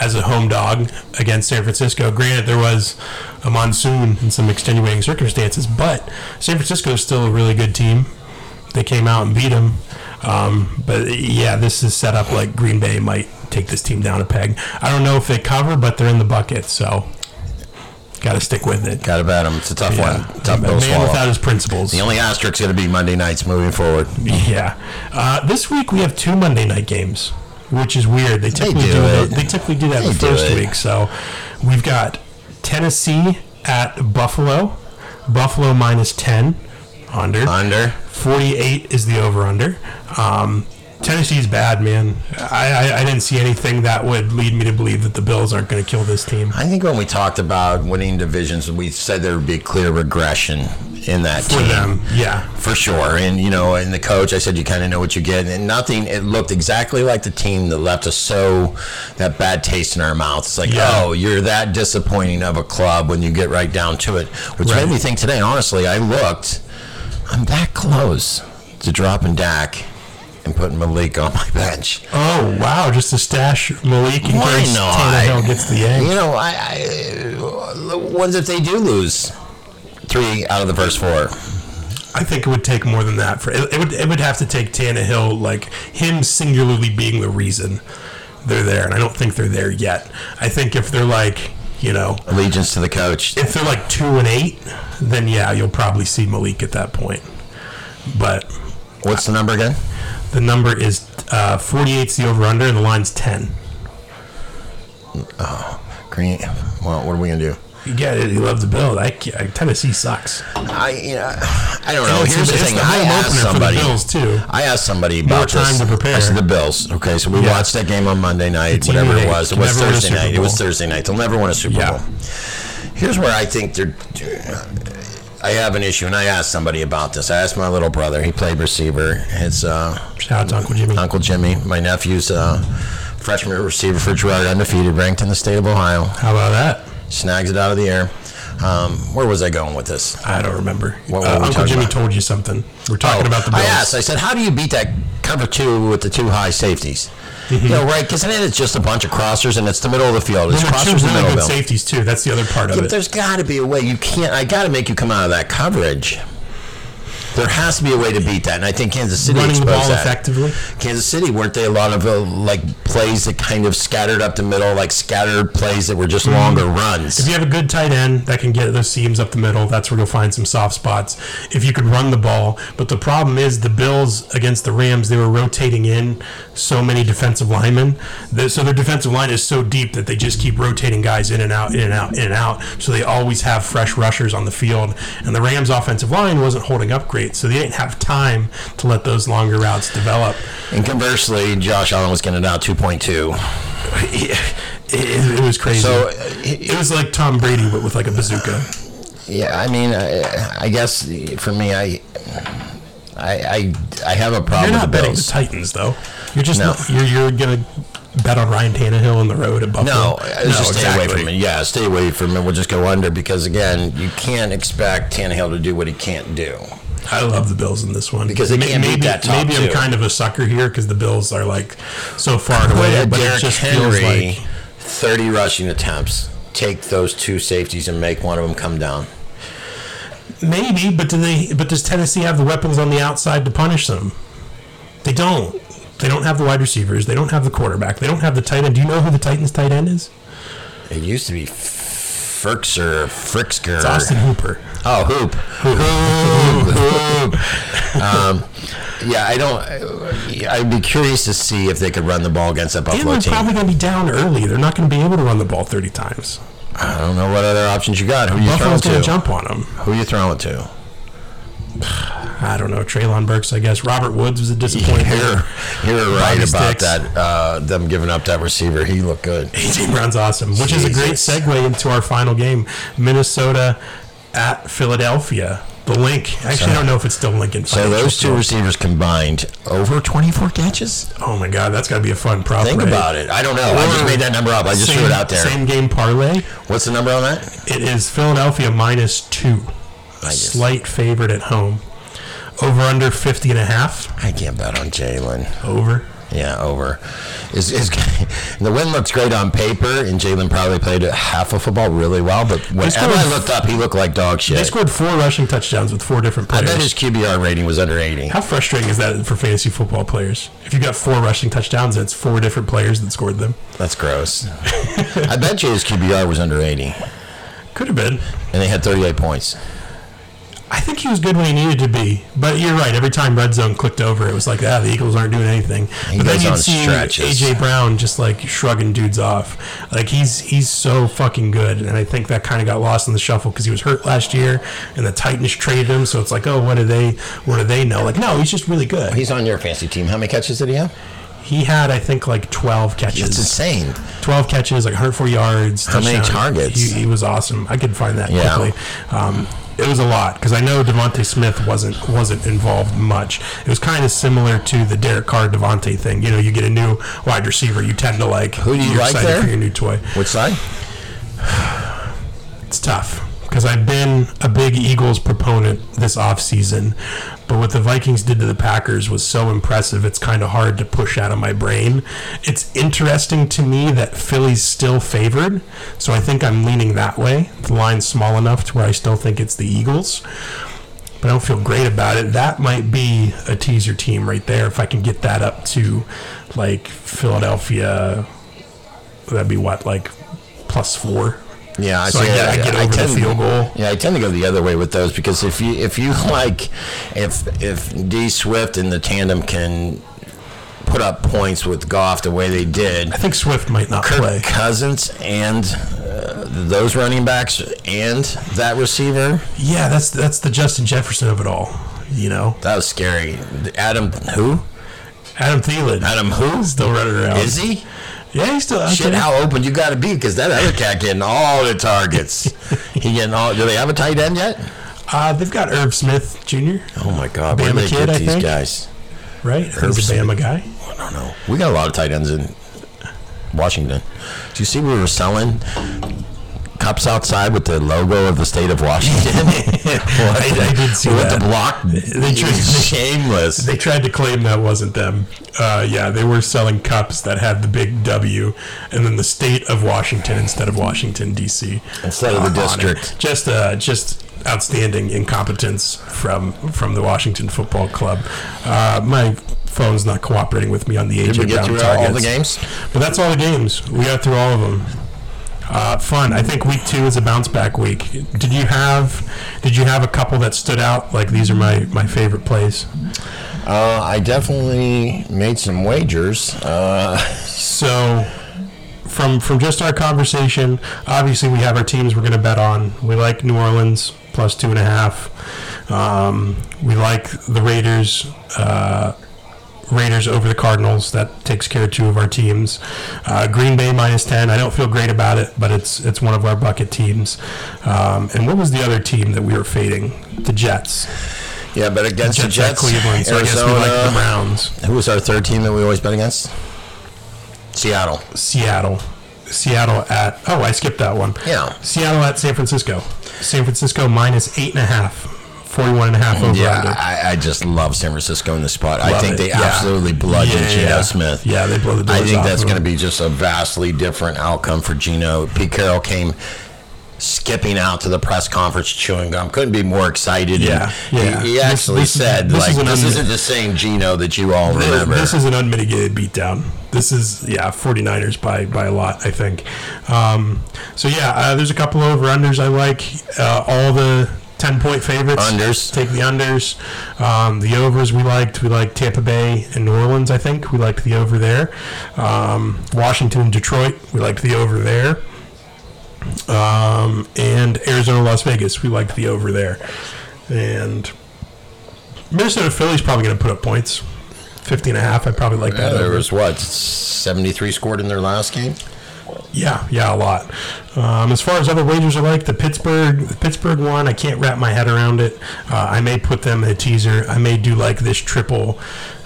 Speaker 1: as a home dog against San Francisco. Granted, there was a monsoon and some extenuating circumstances, but San Francisco is still a really good team. They came out and beat them. Um, but yeah, this is set up like Green Bay might take this team down a peg. I don't know if they cover, but they're in the bucket, so got to stick with it.
Speaker 2: Got to bet him. It's a tough one.
Speaker 1: a
Speaker 2: Tough
Speaker 1: man
Speaker 2: bill to swallow.
Speaker 1: without his principles.
Speaker 2: the only asterisk going to be Monday nights moving forward.
Speaker 1: Yeah. Uh, this week we have two Monday night games, which is weird. They typically
Speaker 2: do
Speaker 1: do,
Speaker 2: it.
Speaker 1: that. They typically do that the
Speaker 2: They do
Speaker 1: first
Speaker 2: it.
Speaker 1: week. So we've got Tennessee at Buffalo. Buffalo minus ten under.
Speaker 2: Under.
Speaker 1: Forty eight is the over under. Um, Tennessee's bad, man. I, I, I didn't see anything that would lead me to believe that the Bills aren't going to kill this team.
Speaker 2: I think when we talked about winning divisions, we said there would be a clear regression in that
Speaker 1: For
Speaker 2: team.
Speaker 1: them, yeah.
Speaker 2: For sure. And, you know, and the coach, I said you kind of know what you get. And nothing, it looked exactly like the team that left us so, that bad taste in our mouth. It's like,
Speaker 1: Yeah.
Speaker 2: oh, you're that disappointing of a club when you get right down to it, which
Speaker 1: Right.
Speaker 2: made me think today, honestly, I looked, I'm that close to dropping Dak and putting Malik on my bench.
Speaker 1: Oh wow! Just to stash Malik in
Speaker 2: Why
Speaker 1: case
Speaker 2: not?
Speaker 1: Tannehill gets the yank.
Speaker 2: You know, I, I what if they do lose three out of the first four?
Speaker 1: I think it would take more than that for it, it would it would have to take Tannehill like him singularly being the reason they're there, and I don't think they're there yet. I think if they're like you know
Speaker 2: Allegiance to the coach.
Speaker 1: if they're like two and eight, then yeah, you'll probably see Malik at that point. But
Speaker 2: What's the number again?
Speaker 1: the number is uh, 48's the over under, and the line's ten.
Speaker 2: Green. Well, what are we gonna do?
Speaker 1: Yeah, you love the build. I, ca- Tennessee sucks.
Speaker 2: I you know, I don't know.
Speaker 1: And it's
Speaker 2: Here's the
Speaker 1: it's
Speaker 2: thing.
Speaker 1: the
Speaker 2: I
Speaker 1: home
Speaker 2: asked
Speaker 1: opener
Speaker 2: somebody.
Speaker 1: for the Bills too.
Speaker 2: I asked somebody about
Speaker 1: time
Speaker 2: this.
Speaker 1: to prepare.
Speaker 2: I said the Bills. Okay, so we
Speaker 1: Yeah.
Speaker 2: watched that game on Monday night,
Speaker 1: team
Speaker 2: whatever
Speaker 1: they
Speaker 2: it was. It
Speaker 1: can
Speaker 2: was
Speaker 1: never win a
Speaker 2: Thursday
Speaker 1: Super
Speaker 2: night. It was
Speaker 1: Bowl.
Speaker 2: Thursday night. They'll never win a Super
Speaker 1: Yeah.
Speaker 2: Bowl. Here's where I think they're. I have an issue, and I asked somebody about this. I asked my little brother. He played receiver. It's uh,
Speaker 1: Shout out to Uncle Jimmy.
Speaker 2: Uncle Jimmy, my nephew's uh, freshman receiver for Gerard, undefeated, ranked in the state of Ohio.
Speaker 1: How about that?
Speaker 2: Snags it out of the air. Um, where was I going with this?
Speaker 1: I don't remember.
Speaker 2: What were
Speaker 1: Uh,
Speaker 2: we
Speaker 1: Uncle
Speaker 2: talking
Speaker 1: Jimmy
Speaker 2: about? Oh.
Speaker 1: told you something. We're talking about the
Speaker 2: I
Speaker 1: Bills.
Speaker 2: asked. I said, "How do you beat that cover two with the two high safeties?"
Speaker 1: Mm-hmm.
Speaker 2: You know, right? Because then it's just a bunch of crossers, and it's the middle of the field. It's
Speaker 1: There were two
Speaker 2: crossers in the
Speaker 1: really
Speaker 2: middle.
Speaker 1: good
Speaker 2: of the field.
Speaker 1: safeties too. That's the other part of
Speaker 2: But
Speaker 1: it.
Speaker 2: there's got to be a way. You can't. I got to make you come out of that coverage. There has to be a way to beat that, and I think Kansas City
Speaker 1: Running the
Speaker 2: exposed
Speaker 1: ball
Speaker 2: that.
Speaker 1: effectively.
Speaker 2: Kansas City weren't they a lot of uh, like plays that kind of scattered up the middle, like scattered plays that were just
Speaker 1: Mm-hmm.
Speaker 2: longer runs.
Speaker 1: If you have a good tight end that can get those seams up the middle, that's where you'll find some soft spots. If you could run the ball, but the problem is the Bills against the Rams, they were rotating in so many defensive linemen. that- So their defensive line is so deep that they just keep rotating guys in and out, in and out, in and out. So they always have fresh rushers on the field. And the Rams' offensive line wasn't holding up great, so they didn't have time to let those longer routes develop.
Speaker 2: And conversely, Josh Allen was getting it out two point two.
Speaker 1: It, it- it was crazy.
Speaker 2: So, uh,
Speaker 1: it was like Tom Brady with, with like a bazooka.
Speaker 2: Yeah, I mean, I, I guess for me, I, I, I, I have a problem
Speaker 1: You're not
Speaker 2: with the
Speaker 1: betting the
Speaker 2: Bills.
Speaker 1: Titans, though. You're just
Speaker 2: No.
Speaker 1: not, you're you're gonna bet on Ryan Tannehill on the road at Buffalo.
Speaker 2: No, it's just stay away from it. Yeah, stay away from it. We'll just go under because again, you can't expect Tannehill to do what he can't do.
Speaker 1: I love the Bills in this one
Speaker 2: Because they
Speaker 1: May-
Speaker 2: can't beat
Speaker 1: maybe,
Speaker 2: that top
Speaker 1: maybe
Speaker 2: two.
Speaker 1: I'm kind of a sucker here because the Bills are like so far and
Speaker 2: Put
Speaker 1: away,
Speaker 2: a
Speaker 1: but it
Speaker 2: Derrick
Speaker 1: just feels
Speaker 2: Henry,
Speaker 1: like
Speaker 2: thirty rushing attempts. Take those two safeties and make one of them come down.
Speaker 1: maybe. But do they? But does Tennessee have the weapons on the outside to punish them? They don't. They don't have the wide receivers. They don't have the quarterback. They don't have the tight end. Do you know who the Titans' tight end is?
Speaker 2: It used to be Frickser, Fricksker.
Speaker 1: It's Austin Hooper.
Speaker 2: Oh, hoop. Hoop. hoop. um, yeah, I don't. I'd be curious to see if they could run the ball against that
Speaker 1: And
Speaker 2: Buffalo
Speaker 1: they're
Speaker 2: team.
Speaker 1: probably going to be down early. They're not going to be able to run the ball 30 times.
Speaker 2: I don't know what other options you got. Who you
Speaker 1: Buffalo's going
Speaker 2: throwing
Speaker 1: to
Speaker 2: to?
Speaker 1: jump on them.
Speaker 2: Who you throwing to?
Speaker 1: I don't know, Traylon Burks, I guess. Robert Woods was a disappointment.
Speaker 2: You're, you're right
Speaker 1: Bobby
Speaker 2: about
Speaker 1: Sticks.
Speaker 2: that. Uh, them giving up that receiver. He looked good.
Speaker 1: AJ Brown's awesome, which is a great
Speaker 2: Jesus.
Speaker 1: segue into our final game Minnesota at Philadelphia. The link. Actually, I don't know if it's still Lincoln.
Speaker 2: So
Speaker 1: Financial
Speaker 2: those two
Speaker 1: Field.
Speaker 2: receivers combined over 24 catches.
Speaker 1: Oh my God, that's got to be a fun prop.
Speaker 2: Think
Speaker 1: right?
Speaker 2: about it. I don't know. I just
Speaker 1: Or
Speaker 2: made that number up. I just threw it out there.
Speaker 1: Same game parlay.
Speaker 2: What's the number on that?
Speaker 1: It is Philadelphia minus two.
Speaker 2: guess.
Speaker 1: Slight favorite at home. Over under 50 and a half.
Speaker 2: I can't bet on Jalen.
Speaker 1: Over.
Speaker 2: Yeah, over. Is is the win looks great on paper, and Jalen probably played half of football really well. But whenever
Speaker 1: scored-
Speaker 2: I looked up, he looked like dog
Speaker 1: They
Speaker 2: shit.
Speaker 1: scored four rushing touchdowns with four different
Speaker 2: I
Speaker 1: players.
Speaker 2: bet his QBR rating was under eighty.
Speaker 1: How frustrating is that for fantasy football players? If you got four rushing touchdowns, it's four different players that scored them.
Speaker 2: That's gross. I bet you his QBR was under eighty,
Speaker 1: Could have been.
Speaker 2: and they had thirty-eight points.
Speaker 1: I think he was good when he needed to be, but you're right. Every time red zone clicked over, it was like, ah, the Eagles aren't doing anything.
Speaker 2: He
Speaker 1: but then
Speaker 2: goes
Speaker 1: you'd
Speaker 2: on
Speaker 1: see
Speaker 2: stretches.
Speaker 1: AJ Brown just like shrugging dudes off. Like he's he's so fucking good, and I think that kind of got lost in the shuffle because he was hurt last year, and the Titans traded him. So it's like, oh, what do they what do they know? Like, no, he's just really good.
Speaker 2: He's on your fantasy team. How many catches did he have?
Speaker 1: He had, I think, like 12 catches.
Speaker 2: It's insane.
Speaker 1: 12 catches, like 104 yards.
Speaker 2: How many
Speaker 1: touchdown.
Speaker 2: targets?
Speaker 1: He, he was awesome. I could find that
Speaker 2: Yeah.
Speaker 1: quickly. Um, it was a lot because I know Devonte Smith wasn't wasn't involved much. It was kind of similar to the Derek Carr Devonte thing. You know, you get a new wide receiver, you tend to like. Who
Speaker 2: do you
Speaker 1: you're
Speaker 2: like
Speaker 1: excited
Speaker 2: there?
Speaker 1: for your new toy?
Speaker 2: Which side?
Speaker 1: It's tough because I've been a big Eagles proponent this offseason, but what the Vikings did to the Packers was so impressive, it's kind of hard to push out of my brain. It's interesting to me that Philly's still favored, so I think I'm leaning that way. The line's small enough to where I still think it's the Eagles. But I don't feel great about it. That might be a teaser team right there. If I can get that up to like Philadelphia, that'd be what, like plus four?
Speaker 2: Yeah, I
Speaker 1: So I
Speaker 2: see-
Speaker 1: get- I get over the
Speaker 2: tend-
Speaker 1: field goal.
Speaker 2: Yeah, I tend to go the other way with those because if you if you like if if D Swift and the tandem can put up points with Goff the way they did,
Speaker 1: I think Swift might not
Speaker 2: Kirk
Speaker 1: play.
Speaker 2: Cousins and uh, those running backs and that receiver,
Speaker 1: Yeah, that's that's the Justin Jefferson of it all. You know,
Speaker 2: that was scary. Adam who?
Speaker 1: Adam Thielen.
Speaker 2: Adam who?
Speaker 1: still running around.
Speaker 2: Is he?
Speaker 1: Yeah, he's still out
Speaker 2: Shit,
Speaker 1: there.
Speaker 2: how open you got to be because that other cat getting all the targets. he getting all. Do they have a tight end yet?
Speaker 1: Uh, they've got Irv Smith Jr.
Speaker 2: Oh my God, where
Speaker 1: Bama
Speaker 2: do they
Speaker 1: kid,
Speaker 2: get
Speaker 1: I
Speaker 2: these
Speaker 1: think.
Speaker 2: guys?
Speaker 1: Right, Irv
Speaker 2: Irv
Speaker 1: he's a
Speaker 2: Smith.
Speaker 1: Bama guy.
Speaker 2: I don't know. We got a lot of tight ends in Washington. Do you see we were selling cups outside with the logo of the state of Washington?
Speaker 1: I did see
Speaker 2: with
Speaker 1: that.
Speaker 2: the block.
Speaker 1: they
Speaker 2: It was shameless.
Speaker 1: They tried to claim that wasn't them. Uh, yeah, they were selling cups that had the big W and then the state of Washington instead of Washington D.C.
Speaker 2: Instead of the
Speaker 1: on it.
Speaker 2: district.
Speaker 1: Just, uh, just outstanding incompetence from from the Washington Football Club. Uh, my phone's not cooperating with me on the
Speaker 2: Did we
Speaker 1: agent
Speaker 2: get
Speaker 1: round
Speaker 2: through all
Speaker 1: targets.
Speaker 2: the games?
Speaker 1: But that's all the games. We got through all of them. Uh, fun. I think week two is a bounce back week. Did you have Did you have a couple that stood out? Like these are my my favorite plays.
Speaker 2: Uh, I definitely made some wagers. Uh,
Speaker 1: So, from from just our conversation, obviously we have our teams we're going to bet on. We like New Orleans plus two and a half. Um, we like the Raiders. Uh, Raiders over the Cardinals. That takes care of two of our teams. Uh, Green Bay minus ten. I don't feel great about it, but it's it's one of our bucket teams. Um, and what was the other team that we were fading? The Jets.
Speaker 2: yeah, but against the
Speaker 1: are
Speaker 2: Jets,
Speaker 1: uh, Cleveland. So I guess we like the
Speaker 2: Arizona.
Speaker 1: Browns.
Speaker 2: Who was our third team that we always bet against? Seattle.
Speaker 1: Seattle. Seattle at oh I skipped that one.
Speaker 2: Yeah.
Speaker 1: Seattle at San Francisco. San Francisco minus eight and a half. Forty one and a half over
Speaker 2: Yeah,
Speaker 1: under.
Speaker 2: I, I just love San Francisco in this spot. I
Speaker 1: Love
Speaker 2: think
Speaker 1: it.
Speaker 2: they
Speaker 1: Yeah.
Speaker 2: absolutely bludgeoned Geno Smith.
Speaker 1: Yeah, they blow the doors
Speaker 2: I think
Speaker 1: off
Speaker 2: that's
Speaker 1: of
Speaker 2: going to
Speaker 1: him.
Speaker 2: be just a vastly different outcome for Gino. Pete Carroll came skipping out to the press conference chewing gum. Couldn't be more excited.
Speaker 1: Yeah,
Speaker 2: And
Speaker 1: yeah.
Speaker 2: He, he
Speaker 1: This-
Speaker 2: actually
Speaker 1: this is-
Speaker 2: said,
Speaker 1: this
Speaker 2: like,
Speaker 1: is an
Speaker 2: this
Speaker 1: un-
Speaker 2: isn't the same Gino that you all remember.
Speaker 1: This is an unmitigated beatdown. This is yeah, 49ers by by a lot, I think. Um, so yeah, uh, there's a couple over unders I like. Uh, all the 10 point favorites.
Speaker 2: Unders.
Speaker 1: Take the unders. Um, the overs we liked. We liked Tampa Bay and New Orleans, I think. We liked the over there. Um, Washington and Detroit, we liked the over there. Um, and Arizona Las Vegas, we liked the over there. And Minnesota Philly's probably going to put up points. 50 and a half, I probably like
Speaker 2: Yeah,
Speaker 1: that.
Speaker 2: Uh, there
Speaker 1: over.
Speaker 2: was what, 73 scored in their last game?
Speaker 1: Yeah, yeah, a lot. Um, as far as other wagers I like, the Pittsburgh, the Pittsburgh one, I can't wrap my head around it. Uh, I may put them in a teaser. I may do like this triple,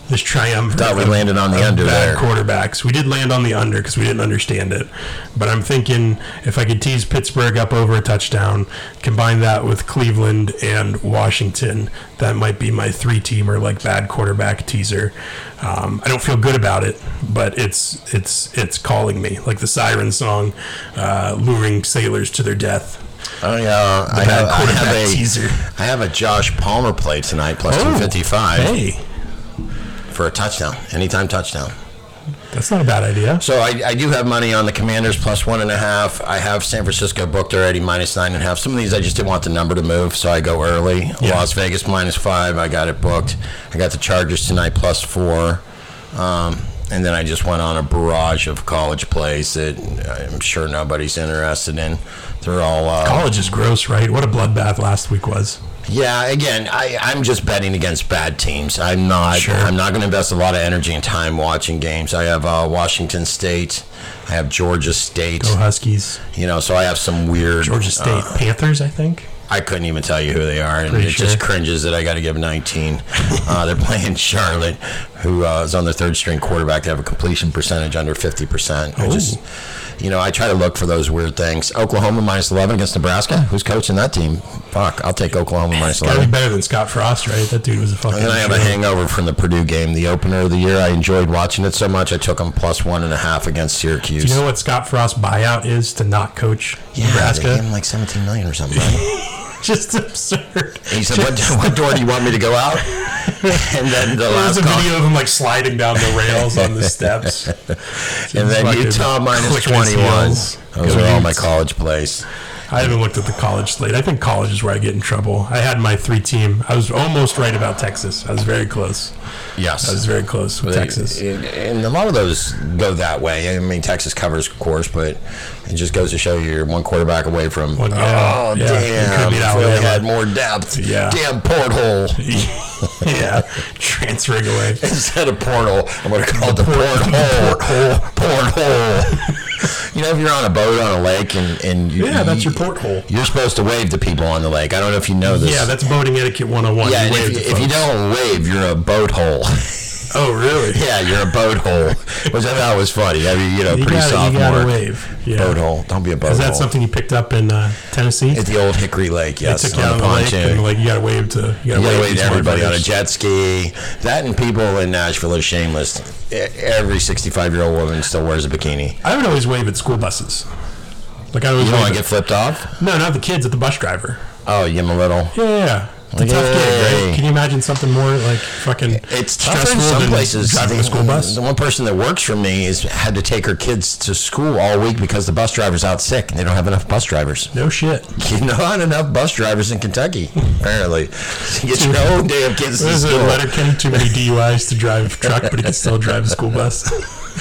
Speaker 1: this triumvirate.
Speaker 2: Thought we
Speaker 1: of-
Speaker 2: landed on the
Speaker 1: of
Speaker 2: under
Speaker 1: bad
Speaker 2: there.
Speaker 1: Quarterbacks. We did land on the under because we didn't understand it. But I'm thinking if I could tease Pittsburgh up over a touchdown, combine that with Cleveland and Washington, that might be my three teamer like bad quarterback teaser. Um, I don't feel good about it, but it's it's it's calling me like the siren song, uh, luring sailors to their death.
Speaker 2: Oh yeah, I
Speaker 1: uh, bad
Speaker 2: have, I have
Speaker 1: quarterback
Speaker 2: a
Speaker 1: teaser.
Speaker 2: I have a Josh Palmer play tonight plus
Speaker 1: Oh,
Speaker 2: 255
Speaker 1: Hey,
Speaker 2: for a touchdown, anytime touchdown.
Speaker 1: that's not a bad idea.
Speaker 2: So I, I do have money on the Commanders plus one and a half. I have San Francisco booked already minus nine and a half. Some of these I just didn't want the number to move, so I go early.
Speaker 1: Yeah.
Speaker 2: Las Vegas minus five, I got it booked. I got the Chargers tonight plus four. Um, and then I just went on a barrage of college plays that I'm sure nobody's interested in. They're all uh,
Speaker 1: College is gross, right? What a bloodbath last week was.
Speaker 2: Yeah, again, I, I'm just betting against bad teams. I'm not. I'm not going to invest a lot of energy and time watching games. I have uh, Washington State. I have Georgia State.
Speaker 1: Go Huskies.
Speaker 2: You know, so I have some weird.
Speaker 1: Georgia State
Speaker 2: uh,
Speaker 1: Panthers, I think.
Speaker 2: I couldn't even tell you who they are, and
Speaker 1: Pretty
Speaker 2: it just
Speaker 1: sure.
Speaker 2: cringes that I got to give 19. uh, they're playing Charlotte, who uh, is on their third string quarterback. They have a completion percentage under 50%. I just,
Speaker 1: Oh.
Speaker 2: you know, I try to look for those weird things. Oklahoma minus 11 against Nebraska. Who's coaching that team? Fuck, I'll take Oklahoma minus
Speaker 1: Gotta
Speaker 2: 11.
Speaker 1: be better than Scott Frost, right? That dude was a fucking.
Speaker 2: And then I have a
Speaker 1: joke.
Speaker 2: hangover from the Purdue game, the opener of the year. I enjoyed watching it so much. I took them plus one and a half against Syracuse.
Speaker 1: You know what Scott Frost's buyout is to not coach
Speaker 2: yeah, They gave
Speaker 1: Nebraska?
Speaker 2: him like 17 million or something. Right?
Speaker 1: Just absurd.
Speaker 2: he said, what, "What door do you want me to go out?" And then the
Speaker 1: There's
Speaker 2: last
Speaker 1: a
Speaker 2: call,
Speaker 1: video of him like sliding down the rails on the steps.
Speaker 2: and then
Speaker 1: fucking
Speaker 2: Utah minus
Speaker 1: clicking his
Speaker 2: 21.
Speaker 1: heels.
Speaker 2: Those
Speaker 1: Go
Speaker 2: are all my
Speaker 1: Utes.
Speaker 2: college plays.
Speaker 1: I haven't looked at the college slate. I think college is where I get in trouble. I had my three team. I was almost right about Texas. I was very close.
Speaker 2: Yes,
Speaker 1: I was very close with Texas.
Speaker 2: And, and a lot of those go that way. I mean, Texas covers, of course, but it just goes to show you're one quarterback away from.
Speaker 1: One guy.
Speaker 2: oh,
Speaker 1: Yeah, you
Speaker 2: damn!
Speaker 1: could've beat
Speaker 2: If we
Speaker 1: Alabama.
Speaker 2: had more depth.
Speaker 1: Yeah.
Speaker 2: Damn porthole
Speaker 1: yeah, transferring away.
Speaker 2: instead of portal. I'm gonna call it the porthole. Porthole. Porthole. you know, if you're on a boat on a lake and and you,
Speaker 1: Yeah, that's
Speaker 2: you-
Speaker 1: your porthole.
Speaker 2: You're supposed to wave to people on the lake. I don't know if you know this.
Speaker 1: Yeah, that's boating etiquette 101.
Speaker 2: yeah.
Speaker 1: You
Speaker 2: And
Speaker 1: wave
Speaker 2: if, you,
Speaker 1: to
Speaker 2: if you
Speaker 1: folks.
Speaker 2: don't wave, you're a boat hole.
Speaker 1: oh really?
Speaker 2: yeah, you're a boat hole, which I thought was funny. I mean, you know,
Speaker 1: You
Speaker 2: pretty
Speaker 1: gotta, you
Speaker 2: sophomore.
Speaker 1: gotta wave. Yeah.
Speaker 2: Boat hole. Don't be a boat
Speaker 1: Is
Speaker 2: hole.
Speaker 1: that something you picked up in uh, Tennessee?
Speaker 2: At the old Hickory Lake,
Speaker 1: They
Speaker 2: yes.
Speaker 1: took you
Speaker 2: on
Speaker 1: out
Speaker 2: the
Speaker 1: on the lake
Speaker 2: pontoon.
Speaker 1: and like you gotta wave to you gotta
Speaker 2: You gotta
Speaker 1: wave,
Speaker 2: wave
Speaker 1: to
Speaker 2: to everybody on a
Speaker 1: smartphones.
Speaker 2: jet ski. That and people in Nashville are shameless. E- Every 65 year old woman still wears a bikini.
Speaker 1: I would always wave at school buses. Like I always
Speaker 2: You don't
Speaker 1: wave
Speaker 2: want
Speaker 1: at-
Speaker 2: to get flipped off?
Speaker 1: no, not the kids at the bus driver.
Speaker 2: Oh, Yim a little.
Speaker 1: Yeah, yeah, yeah. It's a tough gig,
Speaker 2: Yay.
Speaker 1: right? Can you imagine something more like fucking
Speaker 2: It's tougher in
Speaker 1: stressful
Speaker 2: some
Speaker 1: than
Speaker 2: places.
Speaker 1: driving a school bus?
Speaker 2: The one person that works for me is had to take her kids to school all week because the bus driver's out sick and they don't have enough bus drivers.
Speaker 1: No shit.
Speaker 2: You know, not enough bus drivers in Kentucky. Apparently, you get your whole day of kids to
Speaker 1: This is a
Speaker 2: school.
Speaker 1: Letterkenny. Too many DUIs to drive a truck, but he can still drive a school bus.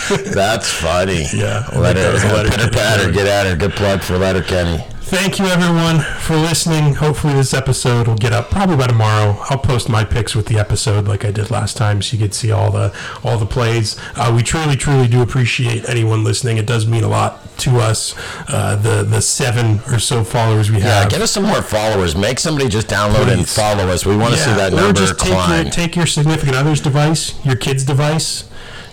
Speaker 2: That's funny.
Speaker 1: Yeah, I think
Speaker 2: let
Speaker 1: that
Speaker 2: it
Speaker 1: was a Letterkenny
Speaker 2: pitter patter.
Speaker 1: story.
Speaker 2: Get at it. Good plug for Letterkenny.
Speaker 1: Thank you, everyone, for listening. Hopefully, this episode will get up probably by tomorrow. I'll post my picks with the episode like I did last time, so you can see all the all the plays. Uh, we truly, truly do appreciate anyone listening. It does mean a lot to us. Uh, the the seven or so followers we
Speaker 2: Yeah,
Speaker 1: have.
Speaker 2: get us some more followers. Make somebody just download it and
Speaker 1: Please.
Speaker 2: follow us. We want to see that
Speaker 1: or
Speaker 2: number
Speaker 1: just take your,
Speaker 2: climb.
Speaker 1: take your significant other's device, your kid's device.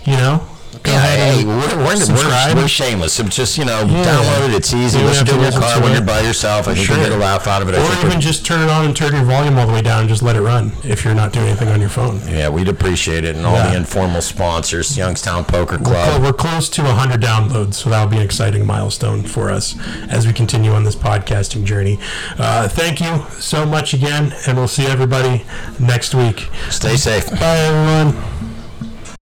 Speaker 1: You know, go
Speaker 2: Yeah,
Speaker 1: ahead
Speaker 2: hey,
Speaker 1: and
Speaker 2: we're, we're, we're,
Speaker 1: subscribe.
Speaker 2: we're shameless. So just, you know,
Speaker 1: Yeah.
Speaker 2: download it. It's easy.
Speaker 1: You don't
Speaker 2: Listen
Speaker 1: have
Speaker 2: to it in
Speaker 1: to listen
Speaker 2: your car
Speaker 1: to
Speaker 2: when
Speaker 1: it.
Speaker 2: you're by yourself. I think
Speaker 1: Sure.
Speaker 2: you'll get a laugh out of it. I think
Speaker 1: or
Speaker 2: we're-
Speaker 1: even just turn it on and turn your volume all the way down and just let it run if you're not doing anything on your phone.
Speaker 2: yeah, we'd appreciate it. And all
Speaker 1: Yeah.
Speaker 2: the informal sponsors, Youngstown Poker
Speaker 1: Well,
Speaker 2: Club.
Speaker 1: we're close to 100 downloads, so that'll be an exciting milestone for us as we continue on this podcasting journey. Uh, thank you so much again, and we'll see everybody next week.
Speaker 2: Stay safe.
Speaker 1: Bye, everyone.